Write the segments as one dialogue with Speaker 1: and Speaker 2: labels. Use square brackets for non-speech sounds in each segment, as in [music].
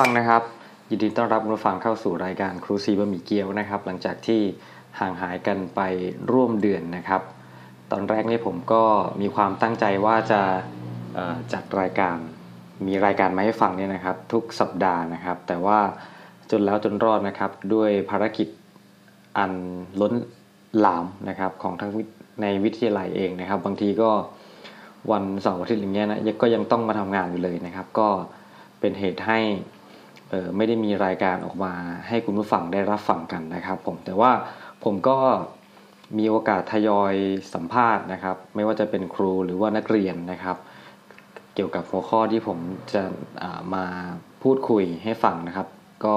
Speaker 1: ฟังนะครับ ยินดีต้อนรับคุณผู้ฟังเข้าสู่รายการครูซีบะหมี่เกี๊ยวนะครับ หลังจากที่ห่างหายกันไปร่วมเดือนนะครับ ตอนแรกนี่ผมก็มีความตั้งใจว่าจะเอ่อจัดรายการมีรายการมาให้ฟังเนี่ยนะครับ ทุกสัปดาห์นะครับ แต่ว่าจนแล้วจนรอดนะครับ ด้วยภารกิจอันล้นหลามนะครับของทั้งวิในวิทยาลัยเองนะครับ บางทีก็วันเสาร์อาทิตย์อย่างเงี้ยนะยังก็ยังต้องมาทำงานอยู่เลยนะครับ ก็เป็นเหตุให้ เอ่อไม่ได้มีรายการออกมาให้คุณผู้ฟังได้รับฟังกันนะครับ ผมแต่ว่าผมก็มีโอกาสทยอยสัมภาษณ์นะครับ ไม่ว่าจะเป็นครูหรือว่านักเรียนนะครับ เกี่ยวกับหัวข้อที่ผมจะอ่ามาพูดคุยให้ฟังนะครับ ก็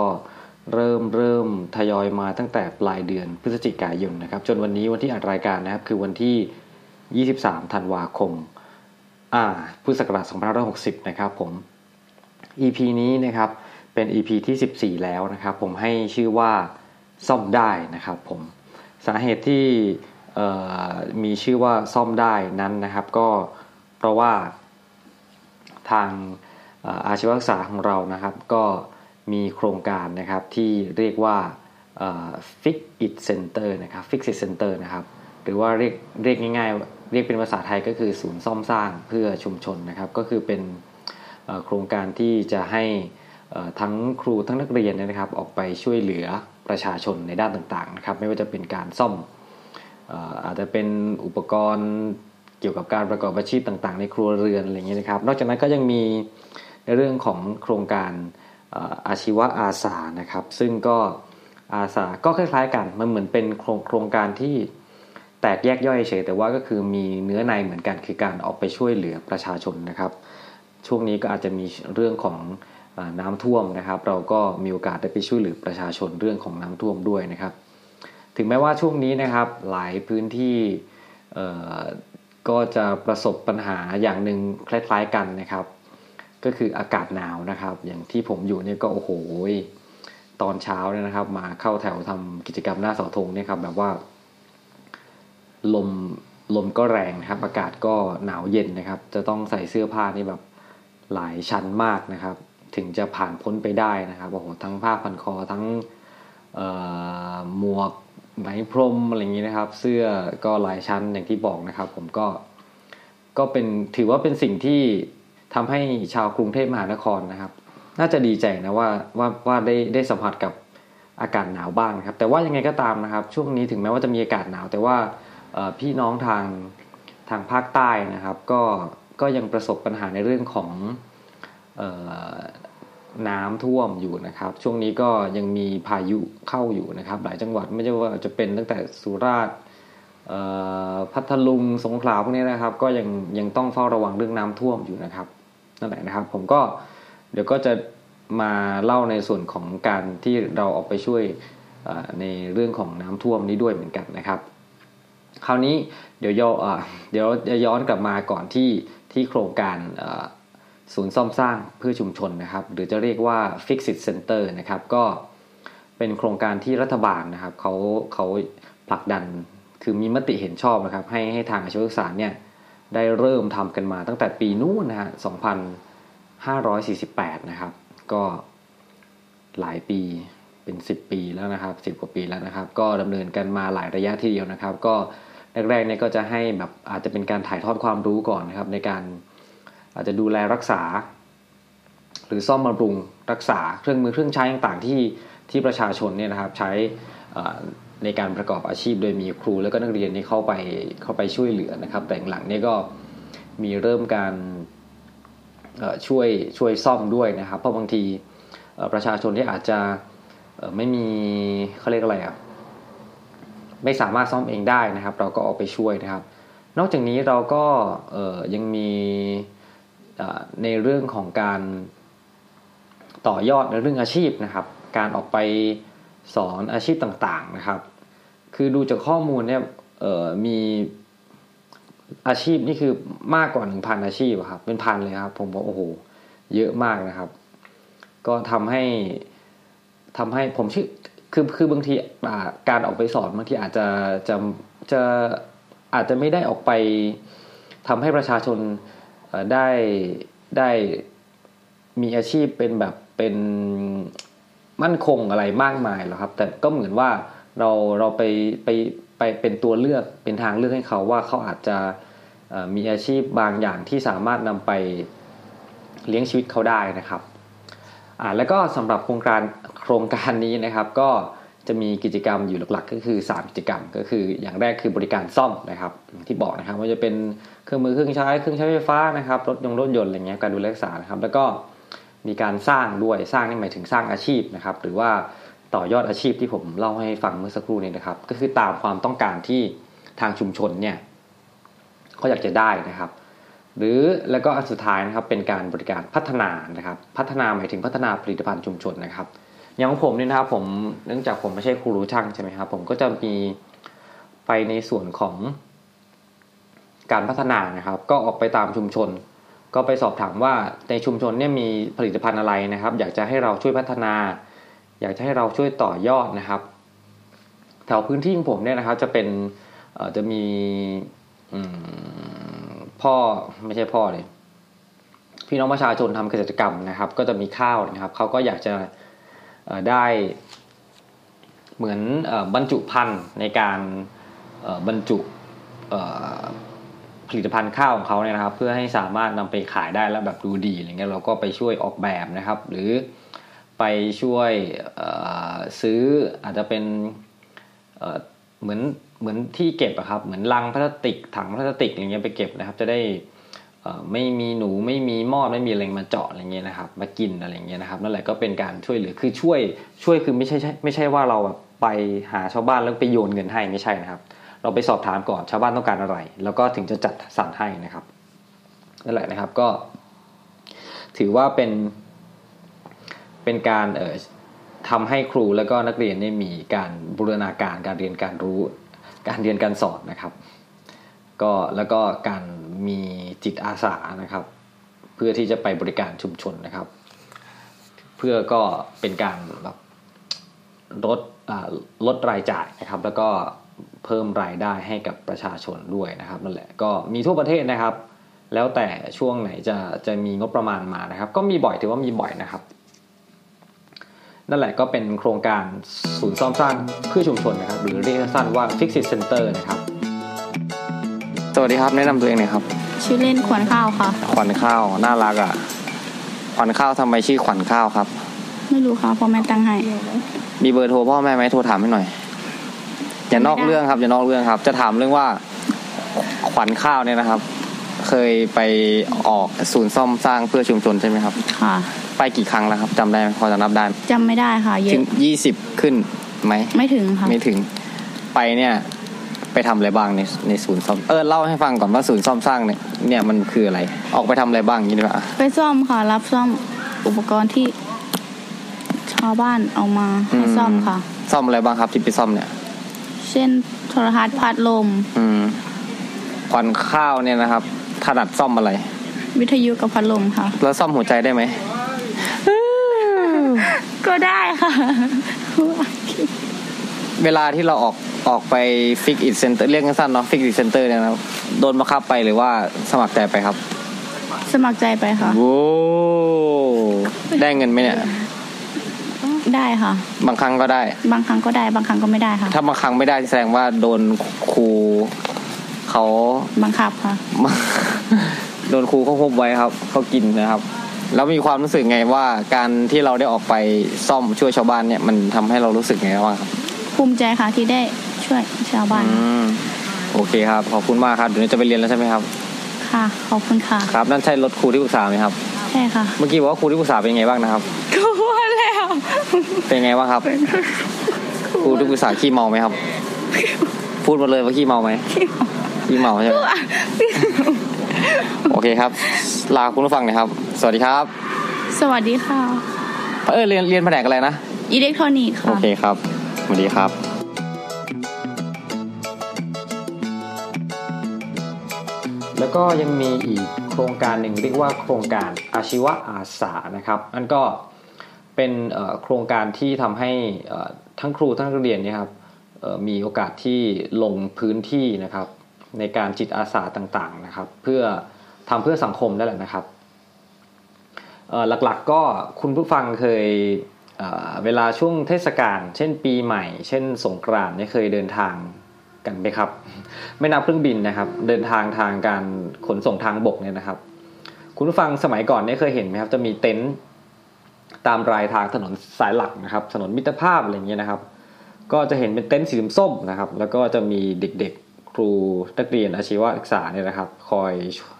Speaker 1: เริ่มเริ่มทยอยมาตั้งแต่ปลายเดือนพฤศจิกายนนะครับ จนวันนี้วันที่อัดรายการนะครับ คือวันที่ 23 ธันวาคมอ่าพุทธศักราช2560 นะครับผม EP นี้นะครับเป็น EP ที่ 14 แล้วนะครับ ผมให้ชื่อว่าซ่อมได้นะครับผมสาเหตุที่เอ่อมีชื่อว่าซ่อมได้นั้นนะครับ ก็เพราะว่าทางเอ่ออาชีวศึกษาของเรานะครับ ก็มีโครงการนะครับที่เรียกว่า Fix It Center นะครับ Fix It Center นะครับ หรือว่าเรียกเรียกง่ายๆ เรียกเป็นภาษาไทยก็คือศูนย์ซ่อมสร้างเพื่อชุมชนนะครับ ก็คือเป็น เอ่อโครงการที่จะให้เอ่อทั้งครูทั้งนักเรียนเนยนะครับ ออกไปช่วยเหลือประชาชนในด้านต่างๆนะครับ ไม่ว่าจะเป็นการซ่อมเอ่ออาจจะเป็นอุปกรณ์เกี่ยวกับการประกอบอาชีพต่างๆ ในครัวเรือนอะไรอย่างเงี้ยนะครับ นอกจากนั้นก็ยังมีในเรื่องของโครงการเอ่ออาชีวะอาสานะครับ ซึ่งก็อาสาก็คล้ายๆกันมันเหมือนเป็นโครงโครงการที่แตกแยกย่อยเฉยแต่ว่าก็คือมีเนื้อในเหมือนกันคือการออกไปช่วยเหลือประชาชนนะครับ ช่วงนี้ก็อาจจะมีเรื่องของเอ่อน้ำท่วมนะครับ เราก็มีโอกาสได้ไปช่วยเหลือประชาชนเรื่องของน้ำท่วมด้วยนะครับ ถึงแม้ว่าช่วงนี้นะครับหลายพื้นที่เอ่อก็จะประสบปัญหาอย่างหนึ่งคล้ายๆกันนะครับ ก็คืออากาศหนาวนะครับ อย่างที่ผมอยู่เนี่ยก็โอ้โหยตอนเช้าเนี่ยนะครับ มาเข้าแถวทำกิจกรรมหน้าเสาธงเนี่ยครับแบบว่า ลมลมก็แรงนะครับ อากาศก็หนาวเย็นนะครับ จะต้องใส่เสื้อผ้านี่แบบหลายชั้นมากนะครับ ถึงจะผ่านพ้นไปได้นะครับโอ้โหทั้งผ้าพันคอทั้งเอ่อหมวกไหมพรมอะไรอย่างนี้นะครับ เสื้อก็หลายชั้นอย่างที่บอกนะครับ ผมก็ก็เป็นถือว่าเป็นสิ่งที่ทำให้ชาวกรุงเทพมหานครนะครับ น่าจะดีใจนะว่าว่าว่าได้ได้สัมผัสกับ อากาศหนาวบ้างนะครับ แต่ว่ายังไงก็ตามนะครับ ช่วงนี้ถึงแม้ว่าจะมีอากาศหนาว แต่ว่าเอ่อพี่น้องทางทางภาคใต้นะครับ ก็ก็ยังประสบปัญหาในเรื่องของเออน้ำท่วมอยู่นะครับ ช่วงนี้ก็ยังมีพายุเข้าอยู่นะครับ หลายจังหวัดไม่ใช่ว่าจะเป็นตั้งแต่สุราษฎร์เอ่อพัทลุงสงขลาพวกนี้นะครับ ก็ยังยังต้องเฝ้าระวังเรื่องน้ำท่วมอยู่นะครับ นั่นแหละนะครับผมก็เดี๋ยวก็จะมาเล่าในส่วนของการที่เราออกไปช่วยเอ่อในเรื่องของน้ำท่วมนี้ด้วยเหมือนกันนะครับ คราวนี้เดี๋ยวย้อนเอ่อเดี๋ยวจะย้อนกลับมาก่อนที่ที่โครงการเอ่อศูนย์ซ่อมสร้างเพื่อชุมชนนะครับ หรือจะเรียกว่า Fix It Center นะครับ ก็เป็นโครงการที่รัฐบาลนะครับเขาเขาผลักดันคือมีมติเห็นชอบนะครับ ให้ให้ทางอาชีวศึกษาเนี่ย ได้เริ่มทำกันมาตั้งแต่ปีนู้นนะฮะ 2,548 นะครับ ก็หลายปีเป็น 10 ปีแล้วนะครับ 10 กว่าปีแล้วนะครับ ก็ดำเนินกันมาหลายระยะทีเดียวนะครับ ก็แรกๆเนี่ยก็จะให้แบบอาจจะเป็นการถ่ายทอดความรู้ก่อนนะครับ ในการอาจจะดูแลรักษา หรือซ่อมบำรุงรักษาเครื่องมือเครื่องใช้ต่างๆที่ที่ประชาชนเนี่ยนะครับ ใช้เอ่อในการประกอบอาชีพโดยมีครูแล้วก็นักเรียนนี่เข้าไปเข้าไปช่วยเหลือนะครับ แต่หลังๆเนี่ยก็มีเริ่มการเอ่อช่วยช่วยซ่อมด้วยนะครับ เพราะบางทีเอ่อประชาชนที่อาจจะเอ่อไม่มีเขาเรียกอะไรอ่ะไม่สามารถซ่อมเองได้นะครับ เราก็ออกไปช่วยนะครับ นอกจากนี้เราก็เอ่อยังมีเอ่อในเรื่องของการ ต่อยอดในเรื่องอาชีพนะครับ การออกไปสอนอาชีพต่างๆนะครับ คือดูจากข้อมูลเนี่ยเอ่อมีอาชีพนี่คือมากกว่า1,000อาชีพอะครับ เป็นพันเลยครับผมว่าโอ้โหเยอะมากนะครับ ก็ทำให้ทำให้ผมชื่อคือคือบางทีอ่าการออกไปสอนบางทีอาจจะจะจะอาจจะไม่ได้ออกไปทำให้ประชาชนเอ่อได้ได้ มีอาชีพเป็นแบบ เป็นมั่นคงอะไรมากมายหรอกครับ แต่ก็เหมือนว่าเราเราไปไปไปเป็นตัวเลือกเป็นทางเลือกให้เขาว่าเขาอาจจะเอ่อมีอาชีพบางอย่างที่สามารถนำไปเลี้ยงชีวิตเขาได้นะครับอ่าแล้วก็สำหรับโครงการโครงการนี้นะครับ ก็จะมีกิจกรรมอยู่หลักๆ ก็คือ 3 กิจกรรม ก็คืออย่างแรกคือบริการซ่อมนะครับอย่างที่บอกนะครับว่าจะเป็นเครื่องมือเครื่องใช้เครื่องใช้ไฟฟ้านะครับรถยนต์รถยนต์อะไรเงี้ยการดูแลรักษานะครับ แล้วก็มีการสร้างด้วยสร้างนี่หมายถึงสร้างอาชีพนะครับ หรือว่าต่อยอดอาชีพที่ผมเล่าให้ฟังเมื่อสักครู่นี้นะครับ ก็คือตามความต้องการที่ทางชุมชนเนี่ยเขาอยากจะได้นะครับ หรือแล้วก็อันสุดท้ายนะครับเป็นการบริการพัฒนานะครับ พัฒนาหมายถึงพัฒนาผลิตภัณฑ์ชุมชนนะครับ อย่างของผมเนี่ยนะครับผมเนื่องจากผมไม่ใช่ครูรู้ช่างใช่ไหมครับผมก็จะมีไปในส่วนของการพัฒนานะครับ ก็ออกไปตามชุมชน ก็ไปสอบถามว่าในชุมชนเนี่ยมีผลิตภัณฑ์อะไรนะครับ อยากจะให้เราช่วยพัฒนา อยากจะให้เราช่วยต่อยอดนะครับ แถวพื้นที่ของผมเนี่ยนะครับจะเป็นเอ่อจะมีอืมพ่อไม่ใช่พ่อเลยพี่น้องประชาชนทำเกษตรกรรมนะครับ ก็จะมีข้าวนะครับเขาก็อยากจะ เอ่อได้เหมือนเอ่อบรรจุภัณฑ์ในการเอ่อบรรจุเอ่อผลิตภัณฑ์ข้าวของเขาเนี่ยนะครับ เพื่อให้สามารถนำไปขายได้แล้วแบบดูดีอะไรเงี้ยเราก็ไปช่วยออกแบบนะครับ หรือไปช่วยเอ่อซื้ออาจจะเป็นเอ่อเหมือนเหมือนที่เก็บอะครับเหมือนลังพลาสติกถังพลาสติกอะไรเงี้ยไปเก็บนะครับ จะได้ เอ่อไม่มีหนูไม่มีมอดไม่มีอะไรมาเจาะอะไรเงี้ยนะครับ มากินอะไรเงี้ยนะครับนั่นแหละก็เป็นการช่วยเหลือคือช่วยช่วยคือไม่ใช่ไม่ใช่ว่าเราแบบไปหาชาวบ้านแล้วไปโยนเงินให้ไม่ใช่นะครับ เราไปสอบถามก่อนชาวบ้านต้องการอะไร แล้วก็ถึงจะจัดสรรให้นะครับนั่นแหละนะครับก็ ถือว่าเป็น เป็นการเอ่อทำให้ครูแล้วก็นักเรียนเนี่ยมีการบูรณาการการเรียนการรู้ การเรียนการสอนนะครับ ก็แล้วก็การมีจิตอาสานะครับ เพื่อที่จะไปบริการชุมชนนะครับ เพื่อก็เป็นการแบบลดอ่าลดรายจ่ายนะครับ แล้วก็เพิ่มรายได้ให้กับประชาชนด้วยนะครับนั่นแหละก็มีทั่วประเทศนะครับ แล้วแต่ช่วงไหนจะจะมีงบประมาณมานะครับ ก็มีบ่อยถือว่ามีบ่อยนะครับ นั่นแหละก็เป็นโครงการศูนย์ซ่อมสร้างเพื่อชุมชนนะครับ หรือเรียกสั้นๆว่า Fix It Center นะครับ สวัสดีครับแนะนำตัวเองหน่อยครับ
Speaker 2: ชื่อเล่นขวัญข้าวค่ะ
Speaker 1: ขวัญข้าวน่ารักอ่ะ ขวัญข้าวทำไมชื่อขวัญข้าวครับ
Speaker 2: ไม่รู้ค่ะพ่อแม่ตั้งให้
Speaker 1: มีเบอร์โทรพ่อแม่ไหมโทรถามให้หน่อย อย่านอก
Speaker 2: ไม่ได้
Speaker 1: เรื่องครับอย่านอกเรื่องครับ จะถามเรื่องว่าขวัญข้าวเนี่ยนะครับ เคยไปออกศูนย์ซ่อมสร้างเพื่อชุมชนใช่ไหมครับ
Speaker 2: ค่ะ
Speaker 1: ไปกี่ครั้งแล้วครับจำได้ไหมพอจะนับได้ไหม
Speaker 2: จำไม่ได้ค่ะ เย
Speaker 3: ถึ
Speaker 2: อะ
Speaker 3: งยี่สิบขึ้นไหม
Speaker 2: ไม่ถึงค่ะ
Speaker 3: ไม่ถึงไปเนี่ย ไปทำอะไรบ้างในในศูนย์ซ่อมเออเล่าให้ฟังก่อนว่าศูนย์ซ่อมสร้างเนี่ยเนี่ยมันคืออะไร ออกไปทำอะไรบ้างอย่างนี้ดีกว่า
Speaker 2: ไปซ่อมค่ะ รับซ่อมอุปกรณ์ที่ ชาวบ้านเอามาให้ซ่อมค่ะ
Speaker 3: ซ่อมอะไรบ้างครับที่ไปซ่อมเนี่ย
Speaker 2: เช่นโทรทัศน์พัดลม
Speaker 3: อืมควันข้าวเนี่ยนะครับถนัดซ่อมอะไร
Speaker 2: วิทยุกับพัดลมค่ะ
Speaker 3: แล้วซ่อมหัวใจได้ไหม
Speaker 2: ก็ได้ค่ะ [laughs]
Speaker 3: เวลาที่เราออกออกไปฟิกอิทเซนเตอร์เรียกสั้นๆเนาะฟิกอิทเซนเตอร์เนี่ยนะครับโดนบังคับไปหรือว่าสมัครใจไปครับ
Speaker 2: สมัครใจไปค่ะ
Speaker 3: โว้ได้เงินไหมเนี่ย
Speaker 2: ได้ค่ะ
Speaker 3: บางครั้งก็ได้
Speaker 2: บางครั้งก็ได้บางครั้งก็ไม่ได้ค่ะ
Speaker 3: ถ้าบางครั้งไม่ได้แสดงว่าโดนครูเขา [laughs]
Speaker 2: บังคับค่ะ
Speaker 3: โดนครูเขาควบไว้ครับเขากินนะครับ แล้วมีความรู้สึกไงว่าการที่เราได้ออกไปซ่อมช่วยชาวบ้านเนี่ยมันทำให้เรารู้สึกไงบ้างครับ
Speaker 2: ภูมิใจค่ะที่ได้ช่วยชาวบ้าน
Speaker 3: อืมโอเคครับขอบคุณมากครับเดี๋ยวนี้จะไปเรียนแล้วใช่ไหมครับ
Speaker 2: ค่ะขอบคุณค่ะ
Speaker 3: ครับนั่นใช่รถครูที่ปรึกษาไหมครับ
Speaker 2: ใช่ค่ะ [laughs]
Speaker 3: เมื่อกี้บอกว่าครูที่ปรึกษาเป็นไงบ้างนะครับ
Speaker 2: กลัวแล้ว
Speaker 3: เป็นไงบ้างครับครูที่ปรึกษาขี้เมาไหมครับ พูดมาเลยว่าขี้เมาไหมขี้เมาใช่ไหม โอเคครับ ลาคุณผู้ฟังหนะครับ สวัสดีครับ
Speaker 2: สวัสดีค่ะ
Speaker 3: เออเรียนเรียนแผนกอะไรนะ
Speaker 2: อิเล็กทรอนิกส์
Speaker 3: โอ
Speaker 2: ค่ะ
Speaker 3: เคครับ สวัสดีครับ
Speaker 1: แล้วก็ยังมีอีกโครงการหนึ่งเรียกว่าโครงการอาชีวะอาสานะครับอันก็เป็นเอ่อโครงการที่ทำให้เอ่อทั้งครูทั้งนักเรียนเนี่ยครับเอ่อมีโอกาสที่ลงพื้นที่นะครับ ในการจิตอาสาต่างๆนะครับ เพื่อทำเพื่อสังคมนั่นแหละนะครับ เ
Speaker 4: เอ่อหลักๆก็คุณผู้ฟังเคยเอ่อเวลาช่วงเทศกาลเช่นปีใหม่ เช่นสงกรานต์เนี่ยเคยเดินทางกันไหมครับ ไม่นับเครื่องบินนะครับ เดินทางทางการขนส่งทางบกเนี่ยนะครับ คุณผู้ฟังสมัยก่อนเนี่ยเคยเห็นไหมครับ จะมีเต็นท์ตามรายทางถนนสายหลักนะครับ ถนนมิตรภาพอะไรอย่างเงี้ยนะครับ ก็จะเห็นเป็นเต็นท์สีส้มๆนะครับ แล้วก็จะมีเด็กๆ ครูนักเรียนอาชีวศึกษาเนี่ยนะครับ คอย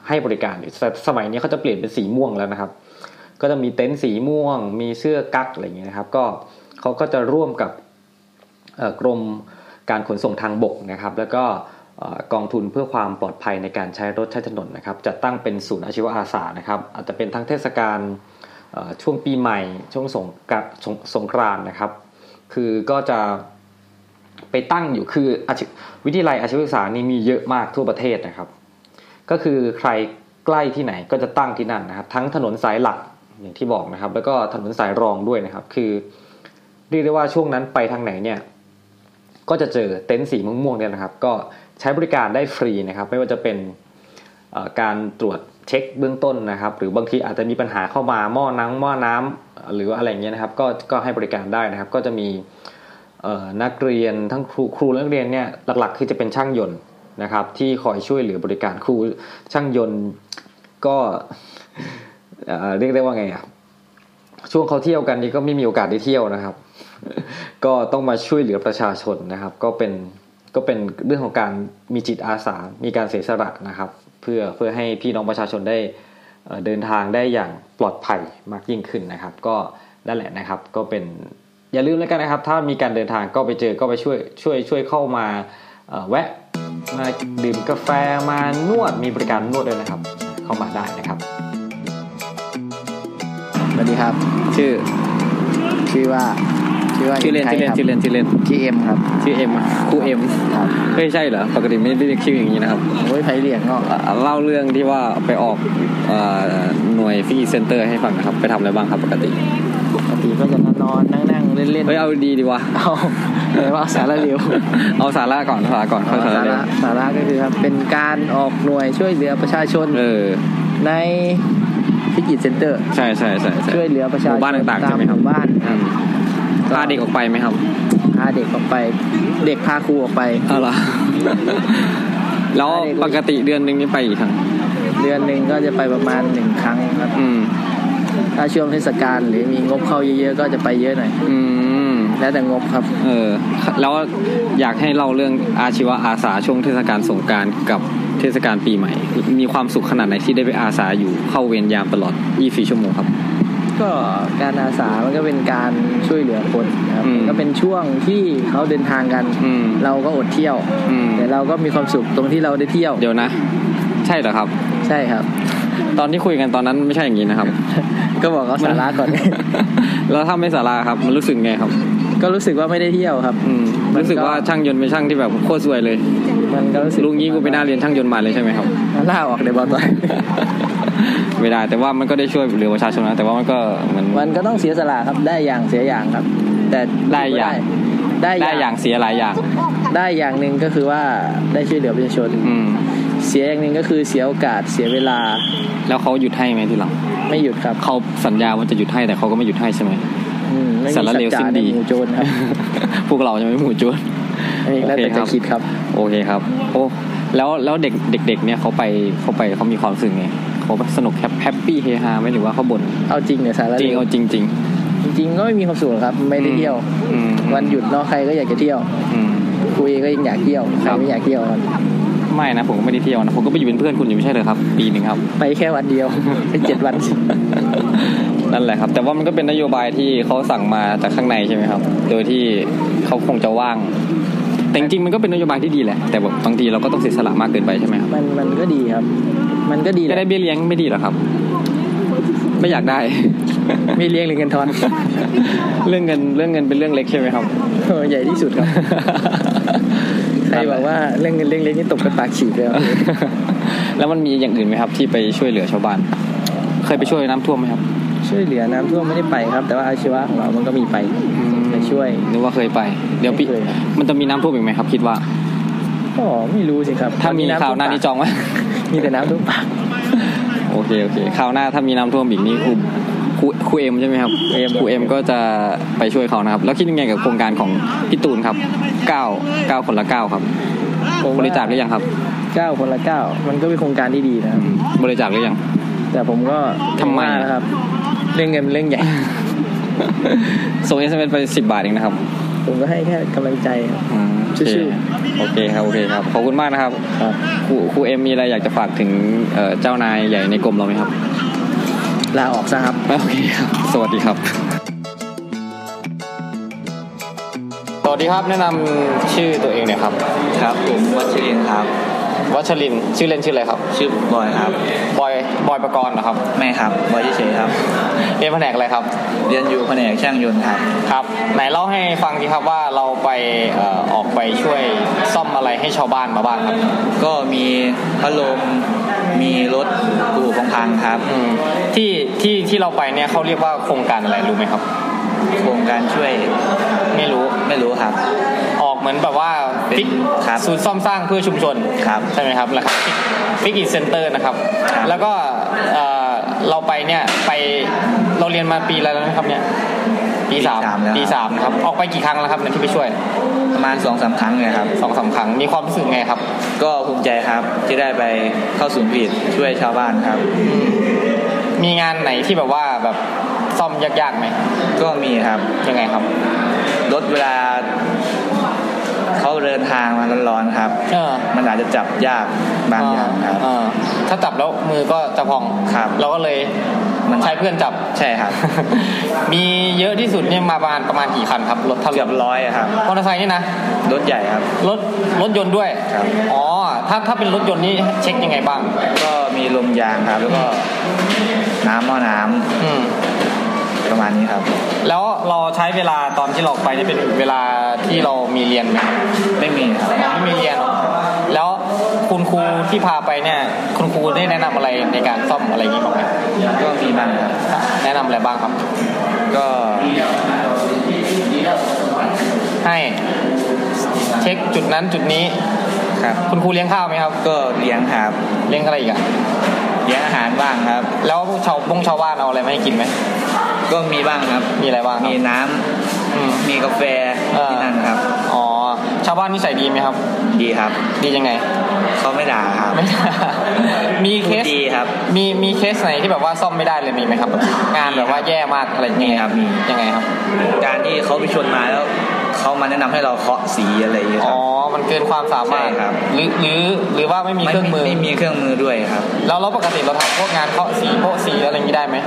Speaker 4: ให้บริการอยู่แต่สมัยนี้เขาจะเปลี่ยนเป็นสีม่วงแล้วนะครับ ก็จะมีเต็นท์สีม่วง มีเสื้อกั๊กอะไรอย่างเงี้ยนะครับ ก็เขาก็จะร่วมกับเอ่อกรมการขนส่งทางบกนะครับ แล้วก็เอ่อกองทุนเพื่อความปลอดภัยในการใช้รถใช้ถนนนะครับ จัดตั้งเป็นศูนย์อาชีวอาสานะครับ อาจจะเป็นทั้งเทศกาลเอ่อช่วงปีใหม่ ช่วงสงกรานต์สงสงกรานต์นะครับ คือก็จะ ไปตั้งอยู่คืออาชีวิทยาลัยอาชีวศึกษานี่มีเยอะมากทั่วประเทศนะครับ ก็คือใครใกล้ที่ไหนก็จะตั้งที่นั่นนะครับ ทั้งถนนสายหลักอย่างที่บอกนะครับ แล้วก็ถนนสายรองด้วยนะครับ คือเรียกได้ว่าช่วงนั้นไปทางไหนเนี่ย ก็จะเจอเต็นท์สีม่วงๆเนี่ยนะครับ ก็ใช้บริการได้ฟรีนะครับ ไม่ว่าจะเป็นเอ่อการตรวจเช็คเบื้องต้นนะครับ หรือบางทีอาจจะมีปัญหาเข้ามาหม้อน้ำหม้อน้ำหรือว่าอะไรอย่างเงี้ยนะครับ ก็ก็ให้บริการได้นะครับ ก็จะมี เอ่อนักเรียนทั้งครูครูและนักเรียนเนี่ยหลักๆ คือจะเป็นช่างยนต์นะครับที่คอยช่วยเหลือบริการครูช่างยนต์ก็เอ่อเรียกได้ว่าไงอะช่วงเขาเที่ยวกันนี่ก็ไม่มีโอกาสได้เที่ยวนะครับ [laughs] ก็ต้องมาช่วยเหลือประชาชนนะครับ ก็เป็นก็เป็นเรื่องของการมีจิตอาสา มีการเสียสละนะครับ เพื่อเพื่อให้พี่น้องประชาชนได้ เอ่อเดินทางได้อย่างปลอดภัยมากยิ่งขึ้นนะครับ ก็นั่นแหละนะครับก็เป็นอย่าลืมแล้วกันนะครับ ถ้ามีการเดินทางก็ไปเจอก็ไปช่วยช่วยช่วยเข้ามาเอ่อแวะมาดื่มกาแฟมานวดมีบริการนวดด้วยนะครับ เข้ามาได้นะครับ
Speaker 5: สวัสดีครับ
Speaker 1: ชื่อ
Speaker 5: ชื่อว่า ชื่อว่า
Speaker 1: ชื่อเล่นชื่อเล่นชื่อเล่นชื่อเล่น
Speaker 5: ชื่อเอ็มครับ
Speaker 1: ชื่อเอ็มอะครูเอ็ม
Speaker 5: ครับ
Speaker 1: ไม่ใช่เหรอปกติไม่ได้เรียกชื่ออย่างนี้นะครับ
Speaker 5: โอ้ยไผ่เหลียงก็
Speaker 1: อ่ะเล่าเรื่องที่ว่าไปออกเอ่อหน่วยฟรีเซนเตอร์ให้ฟังนะครับ ไปทำอะไรบ้างครับปกติ
Speaker 5: ปกติก็จะนอนนอนนั่งนั่งเล่นเล่น
Speaker 1: เฮ้ยเอาดีดีวะ
Speaker 5: เอาเลยว่าสาระเร็ว
Speaker 1: [laughs] เอาสาระก่อนสาระก่อนค่อยสาระ
Speaker 5: สา
Speaker 1: เดี๋ย
Speaker 5: ระ
Speaker 1: ว
Speaker 5: สาระก็คือครับเป็นการออกหน่วยช่วยเหลือประชาชน
Speaker 1: เออ
Speaker 5: ในพิกิจเซ็นเตอร์
Speaker 1: ใช่ใช่ใช่ใช่
Speaker 5: ช่วยเหลือประชาชน
Speaker 1: หมู่บ้านต่างๆ
Speaker 5: ตา
Speaker 1: ใช่
Speaker 5: ม
Speaker 1: ไหม
Speaker 5: ห
Speaker 1: ครับ
Speaker 5: มู่บ้านครับ
Speaker 1: พาเด็กออกไปไหมครับ
Speaker 5: พาเด็กออกไป เด็กพาครูออกไป
Speaker 1: เอา [laughs] เหรอ แล้วปกติเดือนหนึ่งนี่ไปกี่ครั้ง
Speaker 5: เดือนหนึ่งก็จะไปประมาณหนึ่งครั้งครับ
Speaker 1: อืม
Speaker 5: ถ้าช่วงเทศกาลหรือมีงบเข้าเยอะๆก็จะไปเยอะหน่อย
Speaker 1: อืม
Speaker 5: แล้วแต่งบครับ
Speaker 1: เออ แล้วอยากให้เล่าเรื่องอาชีวะอาสาช่วงเทศกาลสงกรารกับเทศกาลปีใหม่ มีความสุขขนาดไหนที่ได้ไปอาสาอยู่เข้าเวรยามตลอด 24 ชั่วโมงครับ
Speaker 5: ก็การอาสา มันก็เป็นการช่วยเหลือคนนะครับ
Speaker 1: อืม
Speaker 5: มันก็เป็นช่วงที่เขาเดินทางกัน
Speaker 1: อืม
Speaker 5: เราก็อดเที่ยว
Speaker 1: อืม
Speaker 5: แต่เราก็มีความสุขตรงที่เราได้เที่ยว
Speaker 1: เดี๋ยวนะ ใช่เหรอครับ
Speaker 5: ใช่
Speaker 1: [laughs]
Speaker 5: ครับ
Speaker 1: ตอนที่คุยกันตอนนั้นไม่ใช่อย่างนี้นะครับ
Speaker 5: ก็บอกเขาสาระก่อน
Speaker 1: [laughs] แล้วถ้าไม่สาระครับ มันรู้สึกไงครับ
Speaker 5: ก็รู้สึกว่าไม่ได้เที่ยวครับ
Speaker 1: อืม
Speaker 5: มันก็
Speaker 1: รู้สึกว่าช่างยนต์เป็นช่างที่แบบโคตรสวยเลย
Speaker 5: มันก็รู้สึก
Speaker 1: ลุงงี้กูไปน่าเรียนช่างยนต์มาเลยใช่ไหมครับ
Speaker 5: ล่าออกเดี๋ยวบอกต่อ
Speaker 1: [laughs] ไม่ได้ แต่ว่ามันก็ได้ช่วยเหลือประชาชนนะ แต่ว่ามันก็เหมือน
Speaker 5: มันก็ต้องเสียสละครับ ได้อย่างเสียอย่างครับ แต่
Speaker 1: ได้อย่าง
Speaker 5: ได้
Speaker 1: ได้อย่างเสียหลายอย่าง
Speaker 5: ได้อย่างหนึ่งก็คือว่าได้ช่วยเหลือประชาชน
Speaker 1: อืม
Speaker 5: เสียอย่างหนึ่งก็คือเสียโอกาสเสียเวลา
Speaker 1: แล้วเขาหยุดให้ไหมทีหลัง
Speaker 5: ไม่หยุดครับ
Speaker 1: เขาสัญญาว่าจะหยุดให้แต่เขาก็ไม่หยุดให้ใช่ไหม
Speaker 5: อืมไม่มี
Speaker 1: สารเลว
Speaker 5: จจะ
Speaker 1: สิ้นดี
Speaker 5: ใหมู่โจรครับ
Speaker 1: [laughs] พวกเราจะไม่หมู่จวน
Speaker 5: อันนี้แล้วแต่
Speaker 1: โอเคครับ
Speaker 5: จะคิดครับ
Speaker 1: โอเคครับ โอ้แล้วแล้วเด็กเด็กเด็กเนี่ยเขาไปเขาไปเขามีความรู้สึกไงเขาสนุกแฮปแฮปปี้เฮฮาไหมหรือว่าเขาบ่น
Speaker 5: เอาจริงเนี่ยสาระ
Speaker 1: จริงเอาจริงจริง
Speaker 5: จริงๆก็ไม่มีความสุขหรอกครับ ไม่ได้เที่ยว
Speaker 1: อืม
Speaker 5: วันหยุดเนอะใครก็อยากจะเที่ยว
Speaker 1: อืม
Speaker 5: คุยก็ยังอยากเที่ยวใค
Speaker 1: ครั
Speaker 5: ร
Speaker 1: บ
Speaker 5: ไม่อยากเที่ยวครับ
Speaker 1: ไม่นะผมก็ไม่ได้เที่ยวนะผมก็ไปอยู่เป็นเพื่อนคุณอยู่ไม่ใช่เลยครับ ปีหนึ่งครับ
Speaker 5: ไปแค่วันเดียว [laughs] ไปเจ็ดวัน
Speaker 1: นั่นแหละครับ แต่ว่ามันก็เป็นนโยบายที่เขาสั่งมาจากข้างในใช่ไหมครับ โดยที่เขาคงจะว่าง แต่จริงๆมันก็เป็นนโยบายที่ดีแหละ แต่แบบบางทีเราก็ต้องเสียสละมากเกินไปใช่ไหมครับ
Speaker 5: มันมันก็ดีครับ มันก็ดีแห
Speaker 1: ก็
Speaker 5: ละ
Speaker 1: ได้เบี้ยเลี้ยงไม่ดีเหรอครับ ไม่อยากได้ [laughs]
Speaker 5: มีเลี้ยงหรือเงินทอน [laughs]
Speaker 1: เรื่องเงินเรื่องเงินเป็นเรื่องเล็กใช่ไหมครับ
Speaker 5: เออใหญ่ที่สุดครับ [laughs] ใครบอกว่าเรื่องเงินเรื่องเล็กนี่ตกกันปากฉีกเลยครับ
Speaker 1: [laughs] แล้วมันมีอย่างอื่นไหมครับ ที่ไปช่วยเหลือชาวบ้าน เคยไปช่วยน้ำท่วมไหมครับ
Speaker 5: ช่วยเหลือน้ำท่วมไม่ได้ไปครับ แต่ว่าอาชีวะของเรามันก็มีไปไปช่วย
Speaker 1: นึกว่าเคยไป เดี๋ยวปี
Speaker 5: ไม่เคยครับ
Speaker 1: มันจะมีน้ำท่วมอีกไหมครับ คิดว่า
Speaker 5: ก็ไม่รู้สิครับ
Speaker 1: ถ้ามีข่าวหน้านี้จองไหม
Speaker 5: มีแต่น้ำท่วมปาก
Speaker 1: โอเคโอเคคราวหน้าถ้ามีน้ำท่วมอีกนี่อุบ รูครูเอ็มใช่ไหมครับ
Speaker 5: ครูเอ็ม
Speaker 1: ครูเอ็มก็จะไปช่วยเขานะครับ แล้วคิดยังไงกับโครงการของพี่ตูนครับ9ก้าคนละ9ครับ
Speaker 5: ผม
Speaker 1: บ
Speaker 5: ว่
Speaker 1: ริจาคหรือยังครับ
Speaker 5: เก้าคนละเก้ามันก็เป็นโครงการที่ดีนะครับ
Speaker 1: บริจาคหรือยัง [laughs]
Speaker 5: แต่ผมก็
Speaker 1: ทำไม
Speaker 5: ว่านะครับ เรื่องเงินเป็นเรื่องใหญ่
Speaker 6: [laughs]
Speaker 1: ส่งเอสเอ็มเอสไปสิบาทเองนะครับ
Speaker 5: ผมก็ให้แค่กำลังใจครับ
Speaker 1: อืมโอเค
Speaker 5: ชื่อ
Speaker 1: โอเคครับโอเคครับขอบคุณมากนะครับ
Speaker 5: ครับ
Speaker 1: ครูครูเอ็มมีอะไรอยากจะฝากถึงเอ่อเจ้านายใหญ่ในกรมเราไหมครับ
Speaker 5: ลาออกซะครับ
Speaker 1: โอเคครับ สวัสดีครับ สวัสดีครับ แนะนำชื่อตัวเองหน่อยครับ
Speaker 6: ครับผมวัชรินทร์ครับ
Speaker 1: วัชรินทร์ชื่อเล่นชื่ออะไรครับ
Speaker 6: ชื่อบอยครับ
Speaker 1: บอย บอยประกรณ์เหรอครับ
Speaker 6: ไม่ครับบอยเฉยๆครับ
Speaker 1: เรียนแผนกอะไรครับ
Speaker 6: เรียนอยู่แผนกช่างยนต์ครับ
Speaker 1: ครับ ไหนเล่าให้ฟังดีครับว่าเราไปเอ่อออกไปช่วยซ่อมอะไรให้ชาวบ้านมาบ้างครับ
Speaker 6: ก็มีพัดลมมีรถตู้ของพังครับ
Speaker 1: อืมที่ที่ที่เราไปเนี่ยเขาเรียกว่าโครงการอะไรรู้ไหมครับ
Speaker 6: โครงการช่วย
Speaker 1: ไม่รู้
Speaker 6: ไม่รู้ครับ
Speaker 1: ออกเหมือนแบบว่า
Speaker 6: เป็น
Speaker 1: ฟิก
Speaker 6: ครับ
Speaker 1: ศูนย์ซ่อมสร้างเพื่อชุมชน
Speaker 6: ครับ
Speaker 1: ใช่ไหมครับแล้วครับฟิกอีเซ็นเตอร์นะครับ
Speaker 6: ครับ
Speaker 1: แล้วก็เอ่อเราไปเนี่ยไปเราเรียนมาปีอะไรแล้วนะครับเนี่ยปีสาม
Speaker 6: แล้ว
Speaker 1: ปีสามนะครับออกไปกี่ครั้งแล้วครับเนี่ยที่ไปช่วย
Speaker 6: ประมาณสองสามครั้งเลยครับ
Speaker 1: สองสามครั้งมีความรู้สึกไงครับ
Speaker 6: ก็ภูมิใจครับที่ได้ไปเข้าศูนย์ผิดช่วยชาวบ้านครับ
Speaker 1: มีงานไหนที่แบบว่าแบบซ่อมยากๆไหม
Speaker 6: ก็มีครับ
Speaker 1: ยังไงครับ
Speaker 6: รถเวลาเขาเดินทางมาร้อนๆครับ
Speaker 1: เออ
Speaker 6: มันอาจจะจับยากบางอย่างครับ
Speaker 1: เออถ้าจับแล้วมือก็จะพอง
Speaker 6: ครับ
Speaker 1: เราก็เลย
Speaker 6: มัน
Speaker 1: ใช้เพื่อนจับ
Speaker 6: ใช่ครับ
Speaker 1: [laughs] มีเยอะที่สุดเนี่ยมาประมาณประมาณกี่คันครับรถทั้ง
Speaker 6: เกือบร้อยอะครับ
Speaker 1: มอเตอร์ไซค์นี่นะ
Speaker 6: รถใหญ่ครับ
Speaker 1: รถรถยนต์ด้วย
Speaker 6: ครับ
Speaker 1: อ๋อถ้าถ้าเป็นรถยนต์นี่เช็คยังไงบ้าง
Speaker 6: ก็มีลมยางครับ แล้วก็น้ำหม้อน้
Speaker 1: อืม
Speaker 6: ำประมาณนี้ครับ
Speaker 1: แล้วเราใช้เวลาตอนที่เราไปนี่เป็นเวลาที่เรามีเรียนไหม
Speaker 6: ไม่มีครับ
Speaker 1: อ๋อไม่มีเรียน แล้วคุณครูที่พาไปเนี่ย คุณครูได้แนะนำอะไรในการซ่อมอะไรอย่างนี้บ้างไหม
Speaker 6: ก็มีบ้างครับ
Speaker 1: แนะนำอะไรบ้างครับ
Speaker 6: ก็
Speaker 1: ให้เช็คจุดนั้นจุดนี้
Speaker 6: ครับ
Speaker 1: คุณครูเลี้ยงข้าวไหมครับ
Speaker 6: ก็เลี้ยงครับ
Speaker 1: เลี้ยงอะไรอีกอะ
Speaker 6: เลี้ยงอาหารบ้างครับ
Speaker 1: แล้วชาวบงชาวบ้านเอาอะไรมาให้กินไหม
Speaker 6: ก็มีบ้างครับ
Speaker 1: มีอะไรบ้างครับ
Speaker 6: มีน้ำ
Speaker 1: อืม
Speaker 6: มีกาแฟ
Speaker 1: เออ
Speaker 6: ที่นั่นครับ
Speaker 1: อ๋อ ชาวบ้านนิสัยดีไหมครับ
Speaker 6: ดีครับ
Speaker 1: ดียังไง
Speaker 6: เขาไม่ด่าครับ
Speaker 1: ไม่ [laughs] มีเคส
Speaker 6: ดีครับ
Speaker 1: มีมีเคสไหนที่แบบว่าซ่อมไม่ได้เลยมีไหมครับแบบงานแบบว่าแย่มากอะไรอย่างเงี้
Speaker 6: มี
Speaker 1: ย
Speaker 6: ครับมี
Speaker 1: ยังไงครับ
Speaker 6: การที่เขาไปชวนมาแล้วเขามาแนะนำให้เราเคาะสีอะไรอย่างเงี้ยค
Speaker 1: อ๋
Speaker 6: รั
Speaker 1: อ
Speaker 6: บ
Speaker 1: มันเกินความสามารถ
Speaker 6: ใช่ครับ
Speaker 1: หรือหรือหรือว่าไม่มีเครื่องมือ
Speaker 6: ไม่มีเครื่องมือด้วยครับ
Speaker 1: แล้วเราปกติเราทำพวกงานเคาะสีโพะสีอะไรอย่างงี้ได้ไหม